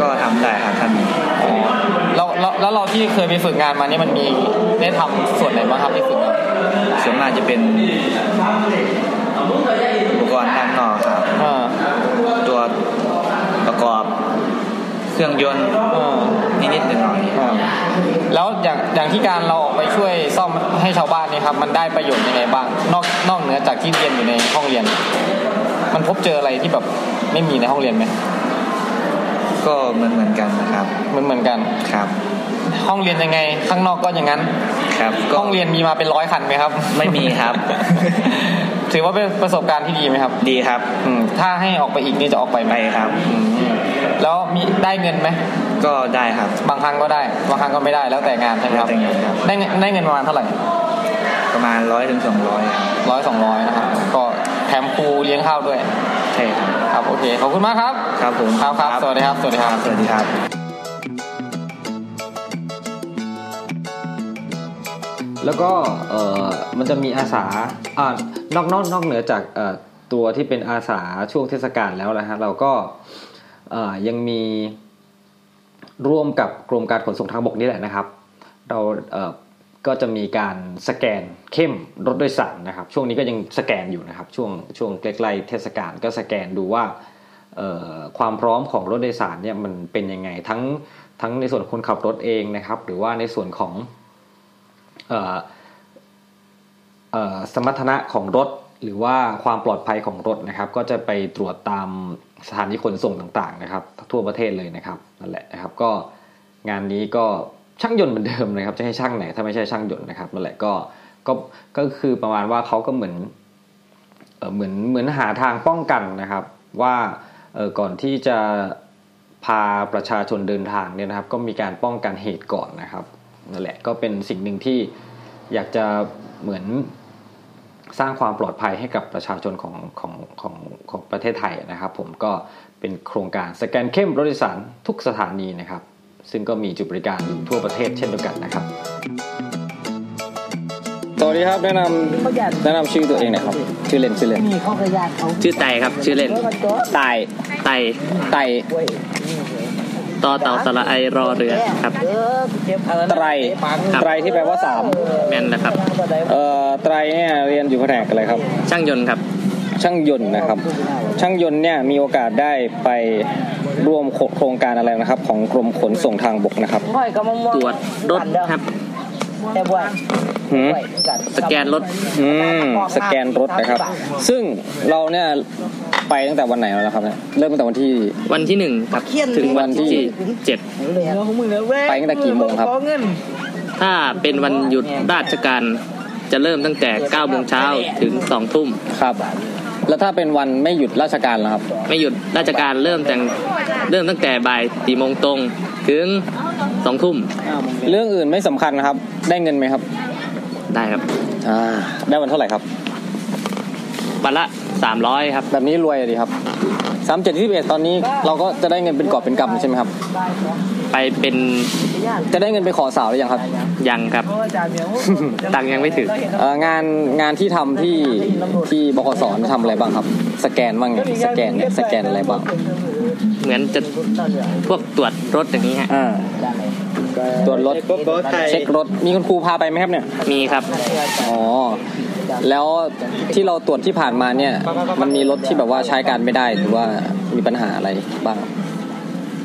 Speaker 6: ก็ทำได้ครับท่านมี
Speaker 1: อ๋อแล้วแล้วแล้วเราที่เคยไปฝึกงานมาเนี่ยมันมีได้ทำส่วนไหนบ้างครับที่ฝึกมา
Speaker 6: ส่วนมากจะเป็นอุปกรณ์ด้านนอกครับ
Speaker 1: เออ
Speaker 6: ตัวประกอบเครื่องยนต์
Speaker 1: เออ
Speaker 6: นิดๆหน่อยๆ
Speaker 1: ครับแล้วอย่างอย่างที่การเราออกไปช่วยซ่อมให้ชาวบ้านเนี่ยครับ มันได้ประโยชน์ยังไงบ้าง นอกนอกเหนือจากที่เรียนอยู่ในห้องเรียน มันพบเจออะไรที่แบบไม่มีในห้องเรียนไหม
Speaker 6: ก็เหมือนเหมือนๆกันนะครับ
Speaker 1: เหมือนเหมือนกัน
Speaker 6: ครับ
Speaker 1: ห้องเรียนยังไง ข้างนอกก็อย่างนั้น
Speaker 6: ครับ
Speaker 1: ห้องเรียนมีมาเป็นร้อยคันไหมครับ
Speaker 6: ไม่มีครับ
Speaker 1: [laughs] ถือว่าเป็นประสบการณ์ที่ดีไหมครับ
Speaker 6: ดีครับ
Speaker 1: อืมถ้าให้ออกไปอีกนี่จะออกไปไหม
Speaker 6: ไปครับ
Speaker 1: อืมแล้วมีได้เงินไหม
Speaker 6: ก็ได้ครับ
Speaker 1: บางครั้งก็ได้ บางครั้งก็ไม่ได้แล้วแต่งานใช่ไหมครับ
Speaker 6: แล้วแต่งานครับ
Speaker 1: ได้เงินได้เงินประมาณเท่าไหร่
Speaker 6: ประมาณร้อยถึงสองร้อยครับ
Speaker 1: ร้อยสองร้อยนะครับ ก็แถมครูเลี้ยงข้าวด้วย
Speaker 6: ใช่ครับ
Speaker 1: ครับ โอเค ขอบคุณมากครับ
Speaker 6: ครับผม
Speaker 1: ครับครับ สวัสดีครับ สวัสดี
Speaker 6: ค
Speaker 1: ค
Speaker 6: รั
Speaker 1: รั
Speaker 6: บบ สวัสดีครับ
Speaker 4: แล้วก็เอ่อมันจะมีอาสาอ่านอกนอกนอกเหนือจากเอ่อตัวที่เป็นอาสาช่วงเทศกาลแล้วนะฮะเราก็เอ่อยังมีร่วมกับกรมการขนส่งทางบกนี่แหละนะครับ เราเอ่อก็จะมีการสแกนเข้มรถโดยสารนะครับ ช่วงนี้ก็ยังสแกนอยู่นะครับช่วงช่วงใกล้ๆเทศกาลก็สแกนดูว่าเอ่อความพร้อมของรถโดยสารเนี่ยมันเป็นยังไงทั้งทั้งในส่วนของคนขับรถเองนะครับ หรือว่าในส่วนของ เอ่อเอ่อสมรรถนะของรถหรือว่าความปลอดภัยของรถนะครับ ก็จะไปตรวจตามสถานีขนส่งต่างๆนะครับ ทั่วประเทศเลยนะครับนั่นแหละนะครับ ก็งานนี้ก็ช่างยนต์เหมือนเดิมนะครับ จะให้ช่างไหนถ้าไม่ใช่ช่างยนต์นะครับนั่นแหละก็ก็ก็คือประมาณว่าเขาก็เหมือนเอ่อเหมือนเหมือนหาทางป้องกันนะครับ ว่าเอ่อก่อนที่จะ พาประชาชนเดินทางเนี่ยนะครับ ก็มีการป้องกันเหตุก่อนนะครับนั่นแหละก็เป็นสิ่งหนึ่งที่อยากจะเหมือนสร้างความปลอดภัยให้กับประชาชนของของของของประเทศไทยนะครับ ผมก็เป็นโครงการสแกนเข้มรถโดยสารทุกสถานีนะครับ ซึ่งก็มีจุดบริการอยู่ทั่วประเทศเช่นเดียวกันนะครับ
Speaker 1: สวัสดีครับแนะนำแนะนำชื่อตัวเองหน่อยครับ ชื่อเล่นชื่อเล่น
Speaker 7: ชื่อไตครับ ชื่อเล่น
Speaker 1: ตาย
Speaker 7: ไต
Speaker 1: ไตาย
Speaker 7: ต่อเต่าสระไอรอเรือครับ
Speaker 1: ไตร
Speaker 7: ครับ
Speaker 1: ไตรที่แปลว่าสาม
Speaker 7: แม่นนะครับ
Speaker 1: เอ่อไตรเนี่ยเรียนอยู่แผนกอะไรครับ
Speaker 7: ช่างยนต์ครับ
Speaker 1: ช่างยนต์นะครับ ช่างยนต์เนี่ยมีโอกาสได้ไปร่วมโครงการอะไรนะครับ ของกรมขนส่งทางบกนะครับ
Speaker 7: ตรวจรถครับ
Speaker 1: หืม
Speaker 7: สแกนรถ
Speaker 1: อืมสแกนรถนะครับ ซึ่งเราเนี่ยไปตั้งแต่วันไหนแล้วนะครับเนี่ยเริ่มตั้งแต่วันที่
Speaker 7: วันที่หนึ่งครับถึงวันที่เจ็ด
Speaker 1: ไปตั้งแต่กี่โมงครับ
Speaker 7: ถ้าเป็นวันหยุดราชการจะเริ่มตั้งแต่9โมงเช้าถึง2ทุ่ม
Speaker 1: ครับ แล้วถ้าเป็นวันไม่หยุดราชการล่ะครับ
Speaker 7: ไม่หยุดราชการเริ่มแต่งเริ่มตั้งแต่บ่าย4โมงตรงถึง2ทุ่ม
Speaker 1: เรื่องอื่นไม่สำคัญนะครับ ได้เงินไหมครับ
Speaker 7: ได้ครับ
Speaker 1: อ่า ได้วันเท่าไหร่ครับ
Speaker 7: วันละ 300ครับ
Speaker 1: แบบนี้รวยอะดีครับสามเจ็ดที่สิบเอ็ดตอนนี้เราก็จะได้เงินเป็นกอบเป็นกำใช่ไหมครับ
Speaker 7: ไปเป็น
Speaker 1: จะได้เงินไปขอสาวหรือยังครับ
Speaker 7: ยังครับ ตังค์ยังไม่ถึง
Speaker 1: เอ่องานงานที่ทำที่ที่บขสทำอะไรบ้างครับ สแกนบ้างไงสแกนเนี่ยสแกนอะไรบ้าง
Speaker 7: เหมือนจะพวกตรวจรถอย่างนี้ฮะ
Speaker 1: อ่าตรวจรถเช็ครถมีคุณครูพาไปไหมครับเนี่ย
Speaker 7: มีครับ
Speaker 1: อ๋อแล้วที่เราตรวจที่ผ่านมาเนี่ย มันมีรถที่แบบว่าใช้การไม่ได้หรือว่ามีปัญหาอะไรบ้าง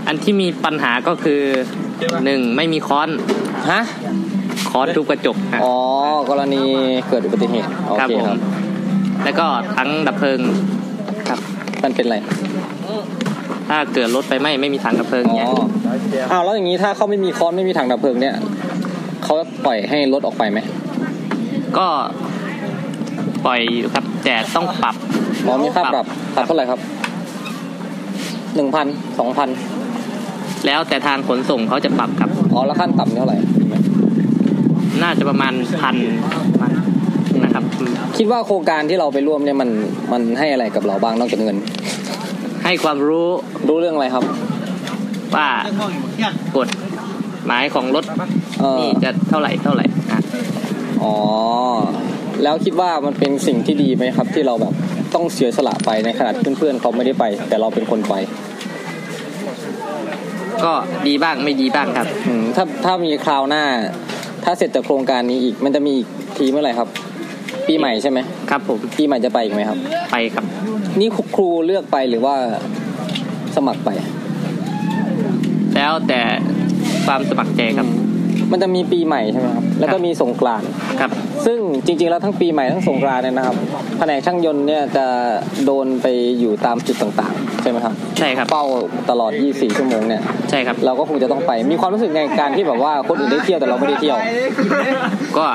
Speaker 7: อันที่มีปัญหาก็คือหนึ่งไม่มีค้อน
Speaker 1: ฮะ
Speaker 7: ค้อนทุบกระจกฮะ
Speaker 1: อ๋อกรณีเกิดอุบัติเหตุโอ
Speaker 7: ครับ
Speaker 1: เค
Speaker 7: ผม
Speaker 1: ครับ
Speaker 7: แล้วก็ถังดับเพลิงครับ
Speaker 1: มันเป็นอะไร
Speaker 7: ถ้าเกิดรถไฟไหม้ไม่มีถังดับเพลิง
Speaker 1: อ๋อ
Speaker 7: เนี่ย
Speaker 1: อ้าวแล้วอย่างนี้ถ้าเขาไม่มีค้อนไม่มีถังดับเพลิงเนี่ยเขาปล่อยให้รถออกไปไหม
Speaker 7: ก็ปล่อยอยู่ครับแต่ต้องปรับ
Speaker 1: หมอมีค่าปรับปรับเท่าไหร่ครับ หนึ่งพัน สองพัน
Speaker 7: แล้วแต่ทางขนส่งเขาจะปรับครับ
Speaker 1: อ๋อ แล้วขั้นต่ำนี่เท่าไหร่
Speaker 7: น่าจะประมาณพันนะครับอืม
Speaker 1: คิดว่าโครงการที่เราไปร่วมเนี่ยมัน มันให้อะไรกับเราบ้างนอกจากเงิน
Speaker 7: ให้ความรู้
Speaker 1: รู้เรื่องอะไรครับ
Speaker 7: ว่ากฎหมายของรถ
Speaker 1: เออ
Speaker 7: นี่จะเท่าไหร่เท่าไหร่อ่ะ
Speaker 1: อ๋อ แล้วคิดว่ามันเป็นสิ่งที่ดีไหมครับ ที่เราแบบต้องเสียสละไปในขณะที่เพื่อนๆเขาไม่ได้ไป แต่เราเป็นคนไป
Speaker 7: ก็ดีบ้างไม่ดีบ้างครับ
Speaker 1: อืมถ้า ถ้ามีคราวหน้า ถ้าเสร็จจากโครงการนี้อีก มันจะมีอีกทีเมื่อไหร่ครับ ปีใหม่ใช่ไหม
Speaker 7: ครับผม
Speaker 1: ปีใหม่จะไปอีกไหมครับ
Speaker 7: ไปครับ
Speaker 1: นี่ครูเลือกไปหรือว่าสมัครไป
Speaker 7: แล้วแต่ความสมัครใจครับ
Speaker 1: มันจะมีปีใหม่ใช่ไหมครับ แล้วก็มีสงกรานต์
Speaker 7: ครับ
Speaker 1: ซึ่งจริงๆ แล้วทั้งปีใหม่ทั้งสงกรานต์เนี่ยนะครับ แผนกช่างยนต์เนี่ยจะโดนไปอยู่ตามจุดต่างๆ ใช่ไหมครับ
Speaker 7: ใช่ครับ
Speaker 1: เป้าตลอด 24 ชั่วโมงเนี่ย
Speaker 7: ใช่ครับ
Speaker 1: เราก็คงจะต้องไป มีความรู้สึกไงการที่แบบว่าคนอื่นได้เที่ยวแต่เราไม่ได้เที่ยว
Speaker 7: ก็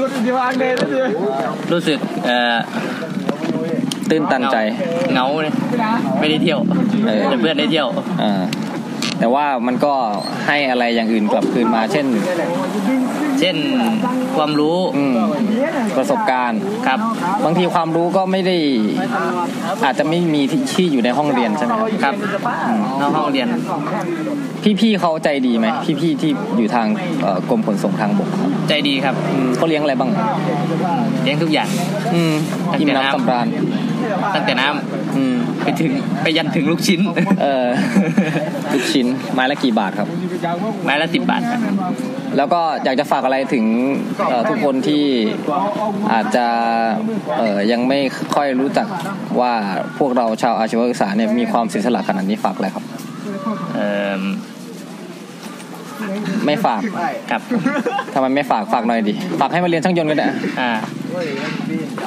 Speaker 7: รู้สึกเอ่อ
Speaker 1: ตื่นตันใจ
Speaker 7: เหงาเลยไม่ได้เที่ยว
Speaker 1: เออ
Speaker 7: แต่เพื่อนได้เที่ยว
Speaker 1: อ่า แต่ว่ามันก็ให้อะไรอย่างอื่นกลับคืนมา เช่น
Speaker 7: เช่นความรู้
Speaker 1: อืม ประสบการณ์
Speaker 7: ครับ
Speaker 1: บางทีความรู้ก็ไม่ได้ อาจจะไม่มีที่ที่อยู่ในห้องเรียนใช่ไหมครับ
Speaker 7: ครับนอกห้องเรียน
Speaker 1: พี่ๆเขาใจดีไหมพี่ๆที่อยู่ทางเอ่อกรมขนส่งทางบกครับ
Speaker 7: ใจดีครับ
Speaker 1: อืมเขาเลี้ยงอะไรบ้าง
Speaker 7: เลี้ยงทุกอย่าง
Speaker 1: อืม
Speaker 7: ตั้ง
Speaker 1: กิน
Speaker 7: แต่น้ำ
Speaker 1: น้ำสำราญ
Speaker 7: ตั้งแต่น้ำ
Speaker 1: อืม
Speaker 7: ไปถึงไปยันถึงลูกชิ้น [laughs]
Speaker 1: เออลูกชิ้นไม้ละกี่บาทครับ
Speaker 7: ไม้ละสิบบาทครับ
Speaker 1: แล้วก็อยากจะฝากอะไรถึงเอ่อทุกคนที่อาจจะเอ่อยังไม่ค่อยรู้จักว่าพวกเราชาวอาชีวศึกษาเนี่ยมีความเสียสละขนาดนี้ฝากอะไรครับ
Speaker 7: เอ่อ
Speaker 1: ไม่ฝาก
Speaker 7: ครับ
Speaker 1: ทำไมไม่ฝากฝากหน่อยดิฝากให้มาเรียนช่างยนต์ก็ได้
Speaker 7: อ่า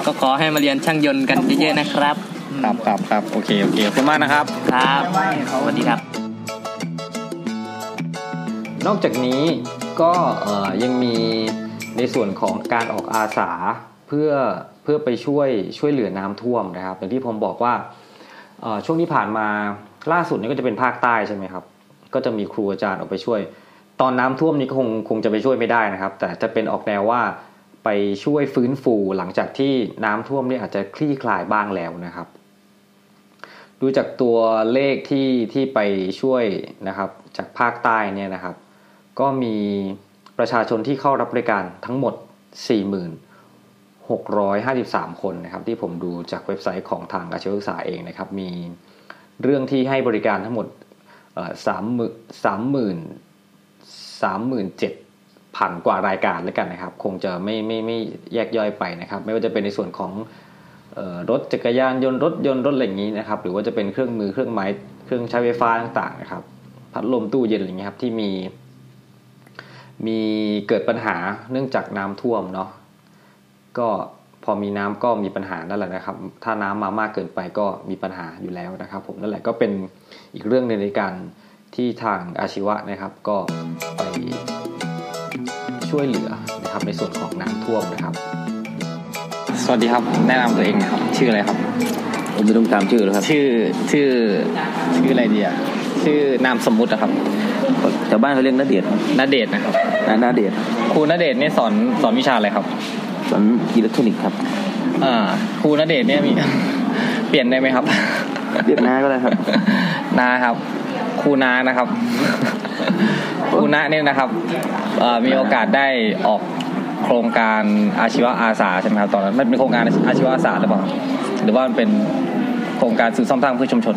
Speaker 7: ก็ขอให้มาเรียนช่างยนต์กันเยอะๆนะครับ
Speaker 1: ครับครับครับโอเคโอเคขอบคุณมากนะครับ
Speaker 7: ครับสวัสดีครับ
Speaker 4: นอกจากนี้ก็เอ่อยังมีในส่วนของการออกอาสาเพื่อเพื่อไปช่วยช่วยเหลือน้ำท่วมนะครับอย่างที่ผมบอกว่าเอ่อช่วงที่ผ่านมา
Speaker 8: ล่าสุดนี่ก็จะเป็นภาคใต้ใช่ไหมครับ ก็จะมีครูอาจารย์ออกไปช่วย ตอนน้ำท่วมนี่ก็คงคงจะไปช่วยไม่ได้นะครับ แต่จะเป็นออกแนวว่าไปช่วยฟื้นฟูหลังจากที่น้ำท่วมเนี่ยอาจจะคลี่คลายบ้างแล้วนะครับ ดูจากตัวเลขที่ที่ไปช่วยนะครับ จากภาคใต้เนี่ยนะครับ ก็มีประชาชนที่เข้ารับบริการทั้งหมด 4,653 คนนะครับ ที่ผมดูจากเว็บไซต์ของทางอาชีวศึกษาเองนะครับ มีเรื่องที่ให้บริการทั้งหมดสามหมื่นสามหมื่นสามหมื่นเจ็ดพันกว่ารายการแล้วกันนะครับ คงจะไม่ไม่ไม่แยกย่อยไปนะครับ ไม่ว่าจะเป็นในส่วนของ เอ่อรถจักรยานยนต์รถยนต์รถอะไรอย่างนี้นะครับ หรือว่าจะเป็นเครื่องมือเครื่องไม้เครื่องใช้ไฟฟ้าต่างๆนะครับ พัดลมตู้เย็นอะไรอย่างเงี้ยครับที่มี มีเกิดปัญหาเนื่องจากน้ำท่วมเนาะก็พอมีน้ำก็มีปัญหานั่นแหละนะครับ ถ้าน้ำมามากเกินไปก็มีปัญหาอยู่แล้วนะครับ ผมนั่นแหละก็เป็นอีกเรื่องหนึ่งในการที่ทางอาชีวะนะครับ ก็ไปช่วยเหลือนะครับในส่วนของน้ำท่วมนะครับ
Speaker 1: สวัสดีครับ แนะนำตัวเองหนะครับ ชื่ออะไรครับ
Speaker 6: ผมจะต้องตามชื่อแล้วครับ
Speaker 1: ชื่อชื่อชื่ออะไรดีอ่ะชื่อนามสมมุติอะครับ
Speaker 6: แถวบ้านเขาเรียกนาเดียดครับ
Speaker 1: ณเดชน์นะครับ
Speaker 6: นานาเดียดครับ
Speaker 1: ครูณเดชน์เนี่ยสอนสอนวิชาอะไรครับ
Speaker 6: สอนอิเล็กทรอนิกส์ครับ
Speaker 1: อ่าครูณเดชน์เนี่ย [laughs] มี เปลี่ยนได้ไหมครับ
Speaker 6: เรียกน้าก็ได้ครับ
Speaker 1: [laughs] นาครับครูนานะครับ [laughs] ครูนาเนี่ยนะครับเอ่อมีโอกาสได้ออกโครงการอาชีวะอาสาใช่ไหมครับตอนนั้นมันเป็นโครงการอาชีวะอาสาหรือเปล่าหรือว่ามันเป็นโครงการสื่อซ่อมสร้างเพื่อชุมชน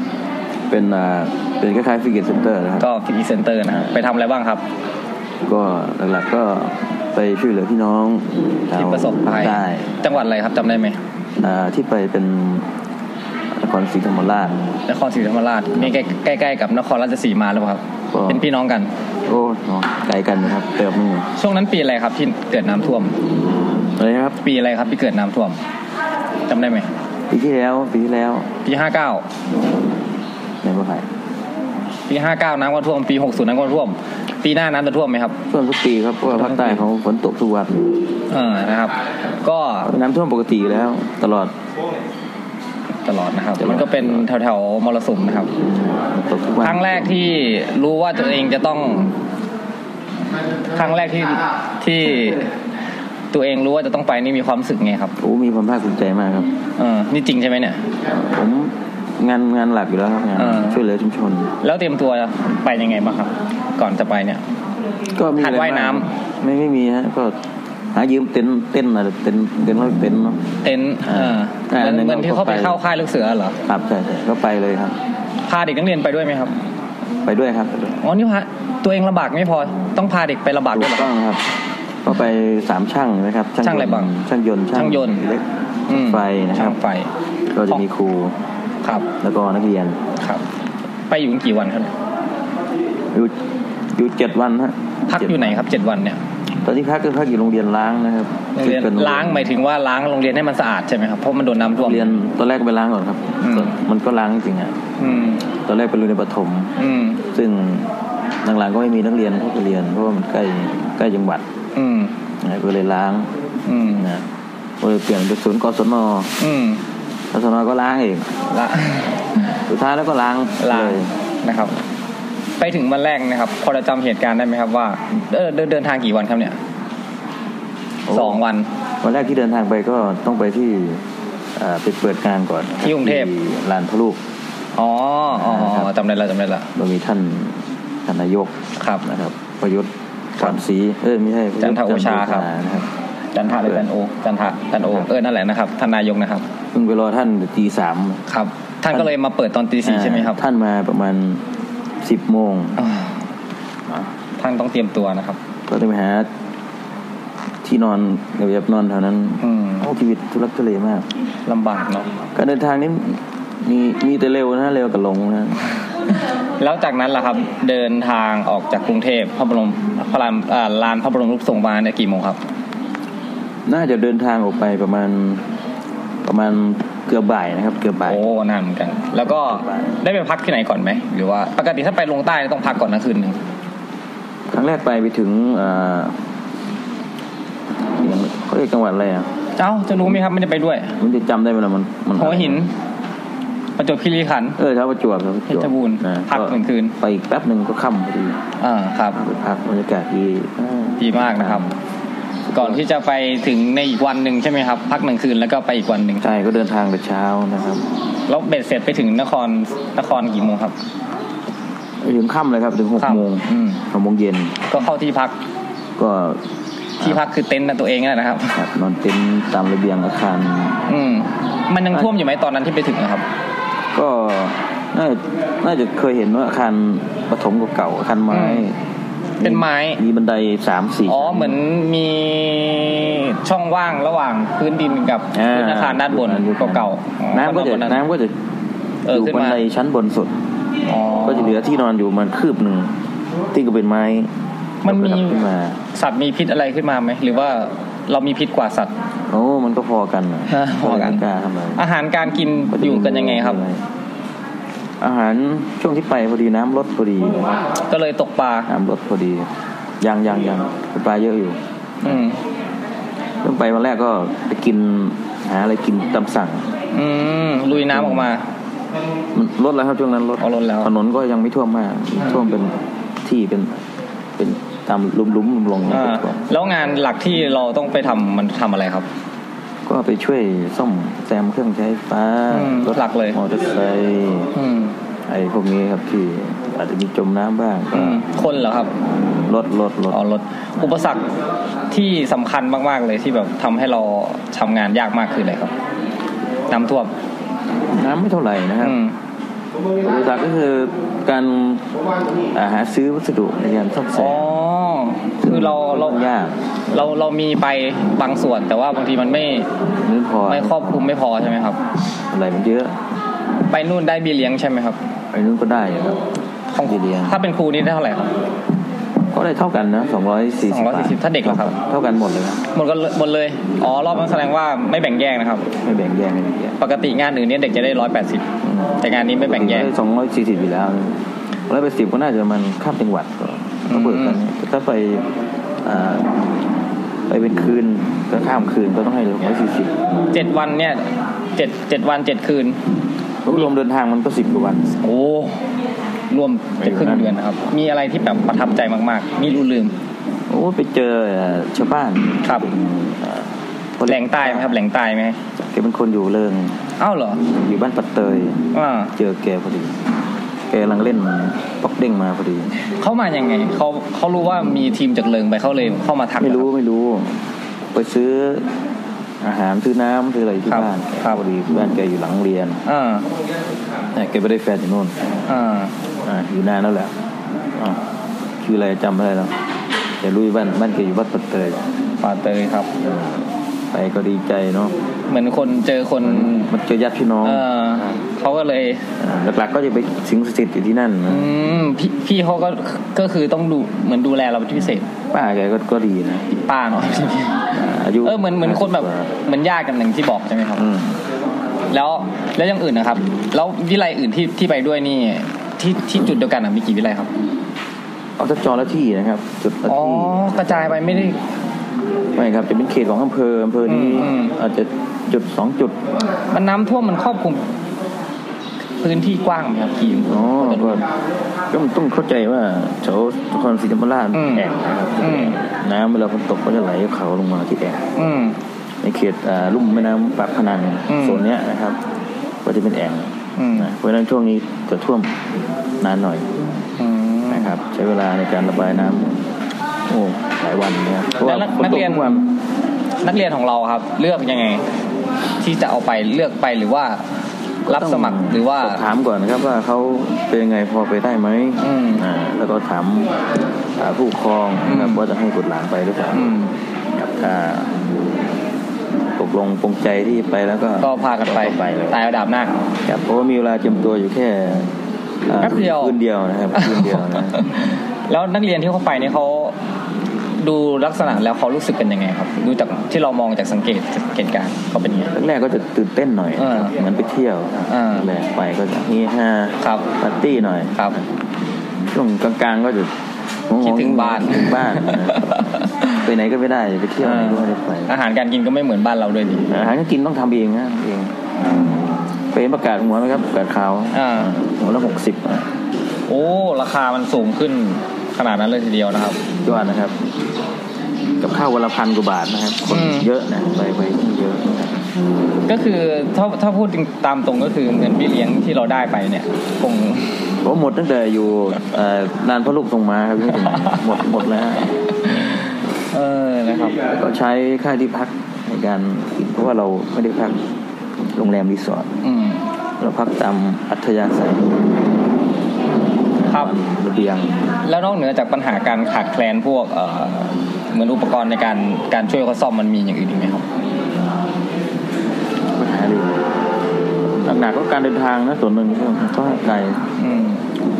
Speaker 6: เป็นอ่าเป็นคล้ายๆฟิกเกตเซ็นเตอร์นะครับ
Speaker 1: ก็พีเซ็นเตอร์นะฮะไปทำอะไรบ้างครับ
Speaker 6: ก็หลักๆก็ไปช่วยเหลือพี่น้องชาว
Speaker 1: ที่ประสบภัย
Speaker 6: ใต้
Speaker 1: จังหวัดอะไรครับจำได้ไหม
Speaker 6: อ่าที่ไปเป็นนครศรีธรรมราช
Speaker 1: นครศรีธรรมราชนี่ใกล้ใกล้ใกล้กับนครราชสีมาหรือเปล่าครับ
Speaker 6: ก็
Speaker 1: เป็นพี่น้องกัน
Speaker 6: โอ้ไกลกันนะครับไปกับนู่น
Speaker 1: ช่วงนั้นปีอะไรครับที่เกิดน้ำท่วม
Speaker 6: อะไรนะครับ
Speaker 1: ปีอะไรครับที่เกิดน้ำท่วมจำได้ไหม
Speaker 6: ปีที่แล้วปีที่แล้ว
Speaker 1: ปีห้าเก้า
Speaker 6: ในประเทศ
Speaker 1: ปีห้าเก้าน้ำก็ท่วมปีหกศูนย์น้ำก็ท่วม ปีหน้าน้ำจะท่วมไหมครับ
Speaker 6: ท่วมทุกปีครับเพราะว่าภาคใต้เขาฝนตกทุกวัน
Speaker 1: เออนะครับ ก็
Speaker 6: น้ำท่วมปกติอยู่แล้ว ตลอด
Speaker 1: ตลอดนะครับมันก็เป็นแถวแถวๆมรสุมนะครับ
Speaker 6: ตกทุกวัน
Speaker 1: ครั้งแรกที่รู้ว่าตัวเองจะต้อง ครั้งแรกที่ที่ตัวเองรู้ว่าจะต้องไปนี่มีความรู้สึกไงครับ
Speaker 6: โอ้มีความภาคภูมิใจมากครับ
Speaker 1: เออนี่จริงใช่ไหมเนี่ย
Speaker 6: ผมงานงานหลักอยู่แล้วครับงาน
Speaker 1: เออ
Speaker 6: ช่วยเหลือชุมชน
Speaker 1: แล้วเตรียมตัวไปยังไงบ้างครับ ก่อนจะไปเนี่ย
Speaker 6: ก็มีอะไร
Speaker 1: หัดว่ายน้ำ
Speaker 6: บ้งไม่ไม่มีฮะก็หายืมเต็นท์เต็นท์อะไรเต็นท์เต็นท์ร้อยเต็นท์เนาะ
Speaker 1: เต็นท์เออ
Speaker 6: อ่า
Speaker 1: เหมือนเห
Speaker 6: แล้ว
Speaker 1: มือนที่เขาไป
Speaker 6: ก็ไป
Speaker 1: เข้าค่ายลูกเสือเหรอ
Speaker 6: ครับใช่ใช่ก็ไปเลยครับ
Speaker 1: พาเด็กนักเรียนไปด้วยไหมครับ
Speaker 6: ไปด้วยครับไปด้วย
Speaker 1: อ๋อนี่พาตัวเองลำบากไม่พอต้องพาเด็กไปลำบาก
Speaker 6: ถู
Speaker 1: ด้วยเหรอ
Speaker 6: กต้องครับ ก็ไปสามช่างนะครับ
Speaker 1: ช่างอะไรบ้าง
Speaker 6: ช่างยนต์
Speaker 1: ช่างยนต์
Speaker 6: เล็ก
Speaker 1: อืม
Speaker 6: ไฟนะค
Speaker 1: ช่า
Speaker 6: รับ
Speaker 1: งไฟ
Speaker 6: ก็จะมีครู
Speaker 1: ครับ
Speaker 6: แล้วก็นักเรียน
Speaker 1: ครับ ไปอยู่กี่วันครับ
Speaker 6: อยู่อยู่เจ็ดวันฮะ
Speaker 1: พัก
Speaker 6: เจ็ด
Speaker 1: อยู่ไหนครับเจ็ดวันเนี่ย
Speaker 6: ตอนที่พักก็พักอยู่โรงเรียนล้างนะครับ
Speaker 1: โรงเรียน
Speaker 6: ซึ่ป็
Speaker 1: ล้างหมายถึงว่าล้างโรงเรียนให้มันสะอาดใช่ไหมครับเพราะมันโดนน้ำท่
Speaker 6: โร
Speaker 1: วม
Speaker 6: งเรียนตอนแรกไปล้างก่อนครับ
Speaker 1: อืม
Speaker 6: มันก็ล้างจริงๆอะ
Speaker 1: อืม
Speaker 6: ตอนแรกเป็นโรงเรียนประถม
Speaker 1: อืม
Speaker 6: ซึ่งหลังๆก็ไม่มีนักเรียนเข้าไปเรียนเพราะว่ามันใกล้ใกล้จังหวัด
Speaker 1: อืม
Speaker 6: นะก็เลยล้าง
Speaker 1: อืม
Speaker 6: นะก็เลยเปลี่ยนเป็นศูนย์กศน
Speaker 1: อืม
Speaker 6: กศนก็ล้างเอง
Speaker 1: ละ
Speaker 6: สุดท้ายแล้วก็ล้าง
Speaker 1: ลา
Speaker 6: เลย
Speaker 1: นะครับ ไปถึงวันแรกนะครับ พอจะจำเหตุการณ์ได้ไหมครับว่าเออเดินเดินทางกี่วันครับเนี่ยสองวัน
Speaker 6: วันแรกที่เดินทางไปก็ต้องไปที่เอ่อไปเปิดงานก่อน
Speaker 1: ที่กรุงเทพ
Speaker 6: ลานพระลูก
Speaker 1: อ๋ออ๋ออ๋อจำได้ละจำได้ละ
Speaker 6: โดยมีท่านท่านนายก
Speaker 1: ครับ
Speaker 6: นะครับ ประยุทธ์ขวัญศรีเออไม่ใช่ประยุทธ์
Speaker 1: จันทโอชาครับ
Speaker 6: จันทโอชานะครับ
Speaker 1: จันทะหรือจันโอ จันทะจันโอเออนั่นแหละนะครับท่านนายกนะครับ
Speaker 6: เพิ่งไปรอท่านตีสาม
Speaker 1: ครับ ท่านก็เลยมาเปิดตอนตีสี่ใช่ไหมครับ
Speaker 6: ท่านมาประมาณสิบโมง
Speaker 1: อ่าท่านต้องเตรียมตัวนะครับ
Speaker 6: ก็เลยไปหาที่นอนแบบนอนแถวนั้น
Speaker 1: อืม
Speaker 6: โอ้ชีวิตทุรักทุเลมาก
Speaker 1: ลำบากเนาะ
Speaker 6: การเดินทางนี้มีมีแต่เร็วนะเร็วกับหลงนะ
Speaker 1: แล้วจากนั้นล่ะครับเดินทางออกจากกรุงเทพพระบรมพระรามเอ่อลานพระบรมรูปทรงมาเนี่ยกี่โมงครับ
Speaker 6: น่าจะเดินทางออกไปประมาณประมาณเกือบบ่ายนะครับ เกือบบ่าย
Speaker 1: โอ้นานเหมือนกัน แล้วก็ได้ไปพักที่ไหนก่อนไหมหรือว่าปกติถ้าไปลงใต้ต้องพักก่อนนะคืนหนึ่ง
Speaker 6: ครั้งแรกไปไปถึงเอ่อเขาเรียกจังหวัดอะไรอ่ะ
Speaker 1: เอ้าจะรู้ไหมครับไม่ได้ไปด้วย
Speaker 6: มันจะจำได้ไหมล่ะมันมัน
Speaker 1: หัวหิน ประจวบคีรีขันธ์
Speaker 9: เออเช้าประจวบนะประจว
Speaker 1: เพชรบูรณ์
Speaker 9: อ่า
Speaker 1: พักหนึ่งคืน
Speaker 9: ไปอีกแป๊บหนึ่งก็ค่ำพอดี
Speaker 1: อ่าครับ
Speaker 9: ไปพักบรรยากาศดีอ่า
Speaker 1: ดีมากนะครับ ก่อนที่จะไปถึงในอีกวันหนึ่งใช่ไหมครับ พักหนึ่งคืนแล้วก็ไปอีกวันหนึ่ง
Speaker 9: ใช่ก็เดินทางแต่เช้านะครับ
Speaker 1: แล้วเบ็ดเสร็จไปถึงนครนครกี่โมงครับ
Speaker 9: ถึงค่ำเลยครับถึงหก
Speaker 1: ครับ
Speaker 9: โมง
Speaker 1: อืม
Speaker 9: หกโมงเย็น
Speaker 1: ก็เข้าที่พัก
Speaker 9: ก็
Speaker 1: ที่พักคือเต็นท์ตัวเองนั่นแหละนะครับ
Speaker 9: ครับนอนเต็นท์ตามระเบียงอาคาร
Speaker 1: อืมมันยังท่วมอยู่ไหมตอนนั้นที่ไปถึงนะครับ
Speaker 9: ก็น่าน่าจะเคยเห็นว่าอาคารปฐมเก่าๆอาคารไม้
Speaker 1: อืมเป็นไม้
Speaker 9: มีบันไดสามสี่
Speaker 1: อ๋อเหมือนมีช่องว่างระหว่างพื้นดินกับพื้นอาคารด้านบนเก่าๆอ๋อ
Speaker 9: น้ำก็จะ
Speaker 1: ด้าบ
Speaker 9: น้ำก็จะ
Speaker 1: เออ
Speaker 9: อยู่
Speaker 1: ขึ้นมา
Speaker 9: บันไดชั้นบนสุด
Speaker 1: อ๋อ
Speaker 9: ก็จะเหลือที่นอนอยู่ประมันคืบหนึ่งที่ก็เป็นไม้
Speaker 1: มันมี
Speaker 9: ก็ทำขึ้นมา
Speaker 1: สัตว์มีพิษอะไรขึ้นมาไหมหรือว่าเรามีพิษกว่าสัตว์
Speaker 9: โอ้มันก็พอกันน่ะ
Speaker 1: ฮะพอกัน
Speaker 9: ไม่กล้าทำอะไร
Speaker 1: อาหารการกินอยู่กันยังไงครับ
Speaker 9: อาหารช่วงที่ไปพอดีน้ำลดพอดี
Speaker 1: ก็เลยตกปลา
Speaker 9: น้ำลดพอดียังยังยังปลาเยอะอยู่
Speaker 1: อืม
Speaker 9: เริ่มไปวันแรกก็ไปกินหาอะไรกินตามสั่ง
Speaker 1: อืมลุยน้ำออกมา
Speaker 9: มันลดแล้วครับช่วงนั้นลด
Speaker 1: อ๋อลดแล้ว
Speaker 9: ถนนก็ยังไม่ท่วมมากท่วมเป็นที่เป็นเป็นตามหลุมๆลุมลงๆ
Speaker 1: อ่า
Speaker 9: ก็
Speaker 1: แล้วงานหลักที่เราต้องไปทำมันทำอะไรครับ
Speaker 9: ก็ไปช่วยซ่อมแซมเครื่องใช้ไฟฟ้า
Speaker 1: อืม
Speaker 9: รถ
Speaker 1: หลักเลย
Speaker 9: มอเตอร์ไซค์
Speaker 1: อืม
Speaker 9: ไอ้พวกนี้ครับที่อาจจะมีจมน้ำบ้าง
Speaker 1: อืมคนเหรอครับ
Speaker 9: ลดลดลด
Speaker 1: อ๋อรถอุปสรรคที่สำคัญมากๆเลยที่แบบทำให้เราทำงานยากมากคืออะไรครับน้ำท่วม
Speaker 9: น้ำไม่เท่าไหร่นะครับ
Speaker 1: อืม
Speaker 9: อุปสรรคก็คือการอ่าหาซื้อวัสดุในการซ่อมแซ
Speaker 1: อ๋อ
Speaker 9: ม
Speaker 1: คือเราเรา
Speaker 9: ยาก
Speaker 1: เราเรามีไปบางส่วน แต่ว่าบางทีมันไม่
Speaker 9: นึกพอ
Speaker 1: ไม่ครอบคลุมไม่พอใช่ไหมครับ
Speaker 9: อะไรมันเยอะ
Speaker 1: ไปนู่นได้เบียเลี้ยงใช่ไหมครับ
Speaker 9: ไอ้นู้นก็ได้ครับ
Speaker 1: ของ
Speaker 9: เบี้ยเลี้ยง
Speaker 1: ถ้าเป็นครูนี่ได้เท่าไหร่ครับ
Speaker 9: ก็ได้เท่ากันนะ240
Speaker 1: 240ถ้าเด็กเหรอครับ
Speaker 9: เท่ากันหมดเลยครับ
Speaker 1: หมดก็หมดเลย อ๋อ รอบนั้นแสดงว่าไม่แบ่งแยกนะครับ
Speaker 9: ไม่แบ่งแยกไม่แบ่งแยก
Speaker 1: ปกติงานอื่นเนี่ยเด็กจะได้ร้อยแปดสิบแต่งานนี้ไม่แบ่งแยก
Speaker 9: สองร้อยสี่สิบอยู่แล้วร้อยแปดสิบก็น่าจะมันข้ามจังหวัดก็ก็เบิกกัน
Speaker 1: อืม
Speaker 9: แต่ถ้าไปอ่าไปเป็นคืนก็ข้ามคืนก็ต้องให้ร้อยสี่สิบ
Speaker 1: เจ็ดวันเนี่ยเจ็ดเจ็ดวันเจ็ดคืน
Speaker 9: รวมเดินทางมันก็สิบกว่าวัน
Speaker 1: โอ้รวมจะครึ่งเดือนนะครับ มีอะไรที่แบบประทับใจมากๆ มีรู้ลืม
Speaker 9: โอ้ไปเจอเอ่อชาวบ้าน
Speaker 1: ครับ
Speaker 9: คน
Speaker 1: แหล่งใต้ไหมครับแหล่งใต้ไหม
Speaker 9: แกเป็นคนอยู่เริง
Speaker 1: อ้าวเหรอ
Speaker 9: อยู่บ้านปัดเตย
Speaker 1: อ่า
Speaker 9: เจอแกพอดี แกกำลังเล่นปอกเด้งมาพอดี
Speaker 1: เขามายังไงเขาเขารู้ว่ามีทีมจากเลิงไปเขาเลยเข้ามาทัก
Speaker 9: ไม่รู้
Speaker 1: เหอ
Speaker 9: ไม่รู้ไปซื้ออาหารซื้อน้ำซื้ออะไรที่
Speaker 1: ครับ
Speaker 9: บ้าน
Speaker 1: ครับ
Speaker 9: พอดีบ้านแกอยู่หลังโรงเรียน
Speaker 1: ครับอ่า [laughs]
Speaker 9: แต่แกไม่ได้แฟนอยู่นู่น
Speaker 1: อ่า
Speaker 9: อ่าอยู่นานแล้วแหละอ่าชื่ออะไรจำไม่ได้แล้วแต่รู้อยู่บ้านบ้านแกอยู่วัดปัดเตย
Speaker 1: ป่าเตยครับ
Speaker 9: ไปก็ดีใจเนาะ
Speaker 1: เหมือนคนเจอคน
Speaker 9: มันเจอญาติพี่น้อง
Speaker 1: เออเขาก็เลย
Speaker 9: าหลักๆก็จะไปสิงสถิตอยู่ที่นั่น
Speaker 1: อืมพี่พี่เขาก็ก็คือต้องดูเหมือนดูแลเราเป็นพิเศษ
Speaker 9: ป้าแกก็ก็ดีนะ
Speaker 1: ป้าเนาะ
Speaker 9: อ่าอายุ
Speaker 1: เออเหมือนเหมือนคนแบบ
Speaker 9: ห้าสิกว่า
Speaker 1: เหมือนญาติกันหนึ่างที่บอกใช่ไหมครับ
Speaker 9: อืม
Speaker 1: แล้วแล้วอยังอื่นนะครับ แล้ววิไลอื่นที่ที่ไปด้วยนี่ ที่ที่จุดเดียวกันอะมีกี่วิไลครับ
Speaker 9: เอาถ้าจอละที่นะครับ จุดละ
Speaker 1: อ๋อ
Speaker 9: ที่
Speaker 1: กระจายไปไม่ได้
Speaker 9: ไม่ครับจะเป็นเขตของอำเภออำเภอนี้
Speaker 1: อืม
Speaker 9: อาจจะจุดสองจุด
Speaker 1: มันน้ำท่วมมันครอบคลุมพื้นที่กว้างไหมครับกี่
Speaker 9: อ๋อก็ก็มันต้องเข้าใจว่าแถวนครศรีธรรมราช
Speaker 1: อืม
Speaker 9: แอ่งนะครับ
Speaker 1: อืม
Speaker 9: น้ำเวลาฝนตกก็จะไหลเขาลงมาที่แอ่ง
Speaker 1: อืม
Speaker 9: ในเขตอ่าลุ่มแม่น้ำปากพนัง
Speaker 1: อืม
Speaker 9: โซนเนี้ยนะครับ ก็จะเป็นแอ่ง
Speaker 1: อืม
Speaker 9: นะเพราะฉะนั้นช่วงนี้จะท่วมนานหน่อย
Speaker 1: อืม
Speaker 9: นะครับ ใช้เวลาในการระบายน้ำโอ้หลายวันนะครับเพราะว่า
Speaker 1: แล้ว
Speaker 9: ฝน
Speaker 1: นัก
Speaker 9: ตก
Speaker 1: เรียน
Speaker 9: ทุกวัน
Speaker 1: นักเรียนของเราครับ เลือกยังไง ที่จะเอาไปเลือกไปหรือว่า รับสมัครหรือว่า
Speaker 9: ถามก่อนนะครับว่าเขาเป็นยังไงพอไปได้ไหม
Speaker 1: อืม
Speaker 9: อ่าแล้วก็ถามอ่าผู้ปกครองนะครับ
Speaker 1: อืม
Speaker 9: ว่าจะให้บุตรหลานไปหรือเปล่า
Speaker 1: อืม
Speaker 9: ครับถ้าตกลงปรงใจที่ไปแล้วก็
Speaker 1: ก็พากันไป
Speaker 9: ก็ไปเลย
Speaker 1: ตายระดับหน้า
Speaker 9: ครับเพราะว่ามีเวลาเตรียมตัวอยู่แค่อ่า
Speaker 1: แป๊บเดียว
Speaker 9: คืนเดียวนะครับคืนเดียว
Speaker 1: [laughs]
Speaker 9: นะ
Speaker 1: แล้วนักเรียนที่เขาไปเนี่ยเขาดูลักษณะแล้วเขารู้สึกเป็นยังไงครับ ดูจากที่เรามองจากสังเกตสังเกตการณ์เขาเป็นยังไง
Speaker 9: แรกๆก็จะตื่นเต้นหน่อยนะค
Speaker 1: อ่า
Speaker 9: รับเหมือนไปเที่ยว
Speaker 1: อ่า
Speaker 9: แรกไปก็จะเฮฮา
Speaker 1: ครับ
Speaker 9: ปาร์ตี้หน่อย
Speaker 1: ครับ
Speaker 9: ช่วงกลางๆก็จะ
Speaker 1: คิดถึงบ้าน
Speaker 9: คิดถึงบ้าน
Speaker 1: [laughs]
Speaker 9: นะครับไปไหนก็ไม่ได้ไปเที่ยวไหนก็ไม่ได้ไป
Speaker 1: อาหารการกินก็ไม่เหมือนบ้านเราด้วยดิ
Speaker 9: อาหารการกินต้องทำเองนะเอง เป็นป ประกาศหัวไหมครับประกาศข่าว
Speaker 1: อ่า
Speaker 9: หัวละหกสิบ
Speaker 1: โอ้ ราคามันสูงขึ้นขนาดนั้นเลยทีเดียวนะครับ
Speaker 9: ยอดนะครับ กับข้าววันละพันกว่าบาทนะครับ คน
Speaker 1: อืม
Speaker 9: เยอะนะไปไปเยอะนะครับ
Speaker 1: ก็คือถ้าถ้าพูดจริงตามตรงก็คือเงินเบี้ยเลี้ยงที่เราได้ไปเนี่ย คง
Speaker 9: เพราะหมดตั้งแต่อยู่เอ่อนานพระลูกทรงมาครับยังไม่ถึงหมดหมดแล้วฮะ
Speaker 1: เออนะครับ
Speaker 9: ก็ใช้ค่าที่พักในการกินเพราะว่าเราไม่ได้พักโรงแรมรีสอร์ท
Speaker 1: อืม
Speaker 9: เราพักตามอัธยาศัย
Speaker 1: ครับ
Speaker 9: ระเบียง
Speaker 1: แล้วนอกเหนือจากปัญหาการขาดแคลนพวกเอ่อเหมือนอุปกรณ์ในการการช่วยเขาซ่อมมันมีอย่างอื่นอีกไหมครับ
Speaker 9: ปัญหาอะไรอีกหนักๆก็การเดินทางนะส่วนหนึ่งก็ก็ไกล
Speaker 1: อืม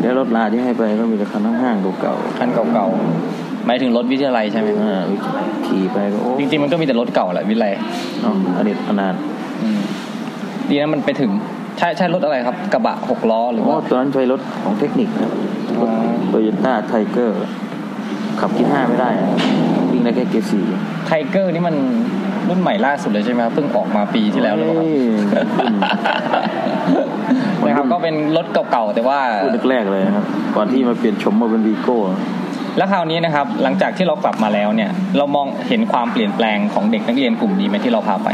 Speaker 9: แล้วรถลาที่ให้ไปก็มีราคาทั้งห้างเก่า
Speaker 1: คันเก่าๆหมายถึงรถวิทยาลัยใช่ไหมค
Speaker 9: ๆ
Speaker 1: รับ
Speaker 9: อ่าขี่ไปก็โอ้
Speaker 1: จริงๆมันก็มีแต่รถเก่าแหละวิทยาลัย
Speaker 9: เนาะอเนกอนาถ
Speaker 1: อืมดีนะมันไปถึงใช่ใช่รถอะไรครับ กระบะหกล้อหรือ
Speaker 9: โอ้
Speaker 1: ว่า
Speaker 9: ตอนนั้นใช้รถของเทคนิคครับ
Speaker 1: อ๋อ
Speaker 9: โตโยต้าไทเกอร์ขับกินห้าไม่ได้อะวิ่งได้แค่เกียร์สี่
Speaker 1: ไทเกอร์นี่มันรุ่นใหม่ล่าสุดเลยใช่ไหมครับเพิ่งออกมาปีที่แล้วเลยครับ [laughs] นะครับก็เป็นรถเก่าๆแต่ว่า
Speaker 9: พูดแรกๆเลยนะครับ ก่อนที่มาเปลี่ยนชมมาเป็นวีโก้
Speaker 1: แล้วคราวนี้นะครับ หลังจากที่เรากลับมาแล้วเนี่ย เรามองเห็นความเปลี่ยนแปลงของเด็กนักเรียนกลุ่มนี้ไหมที่เราพาไป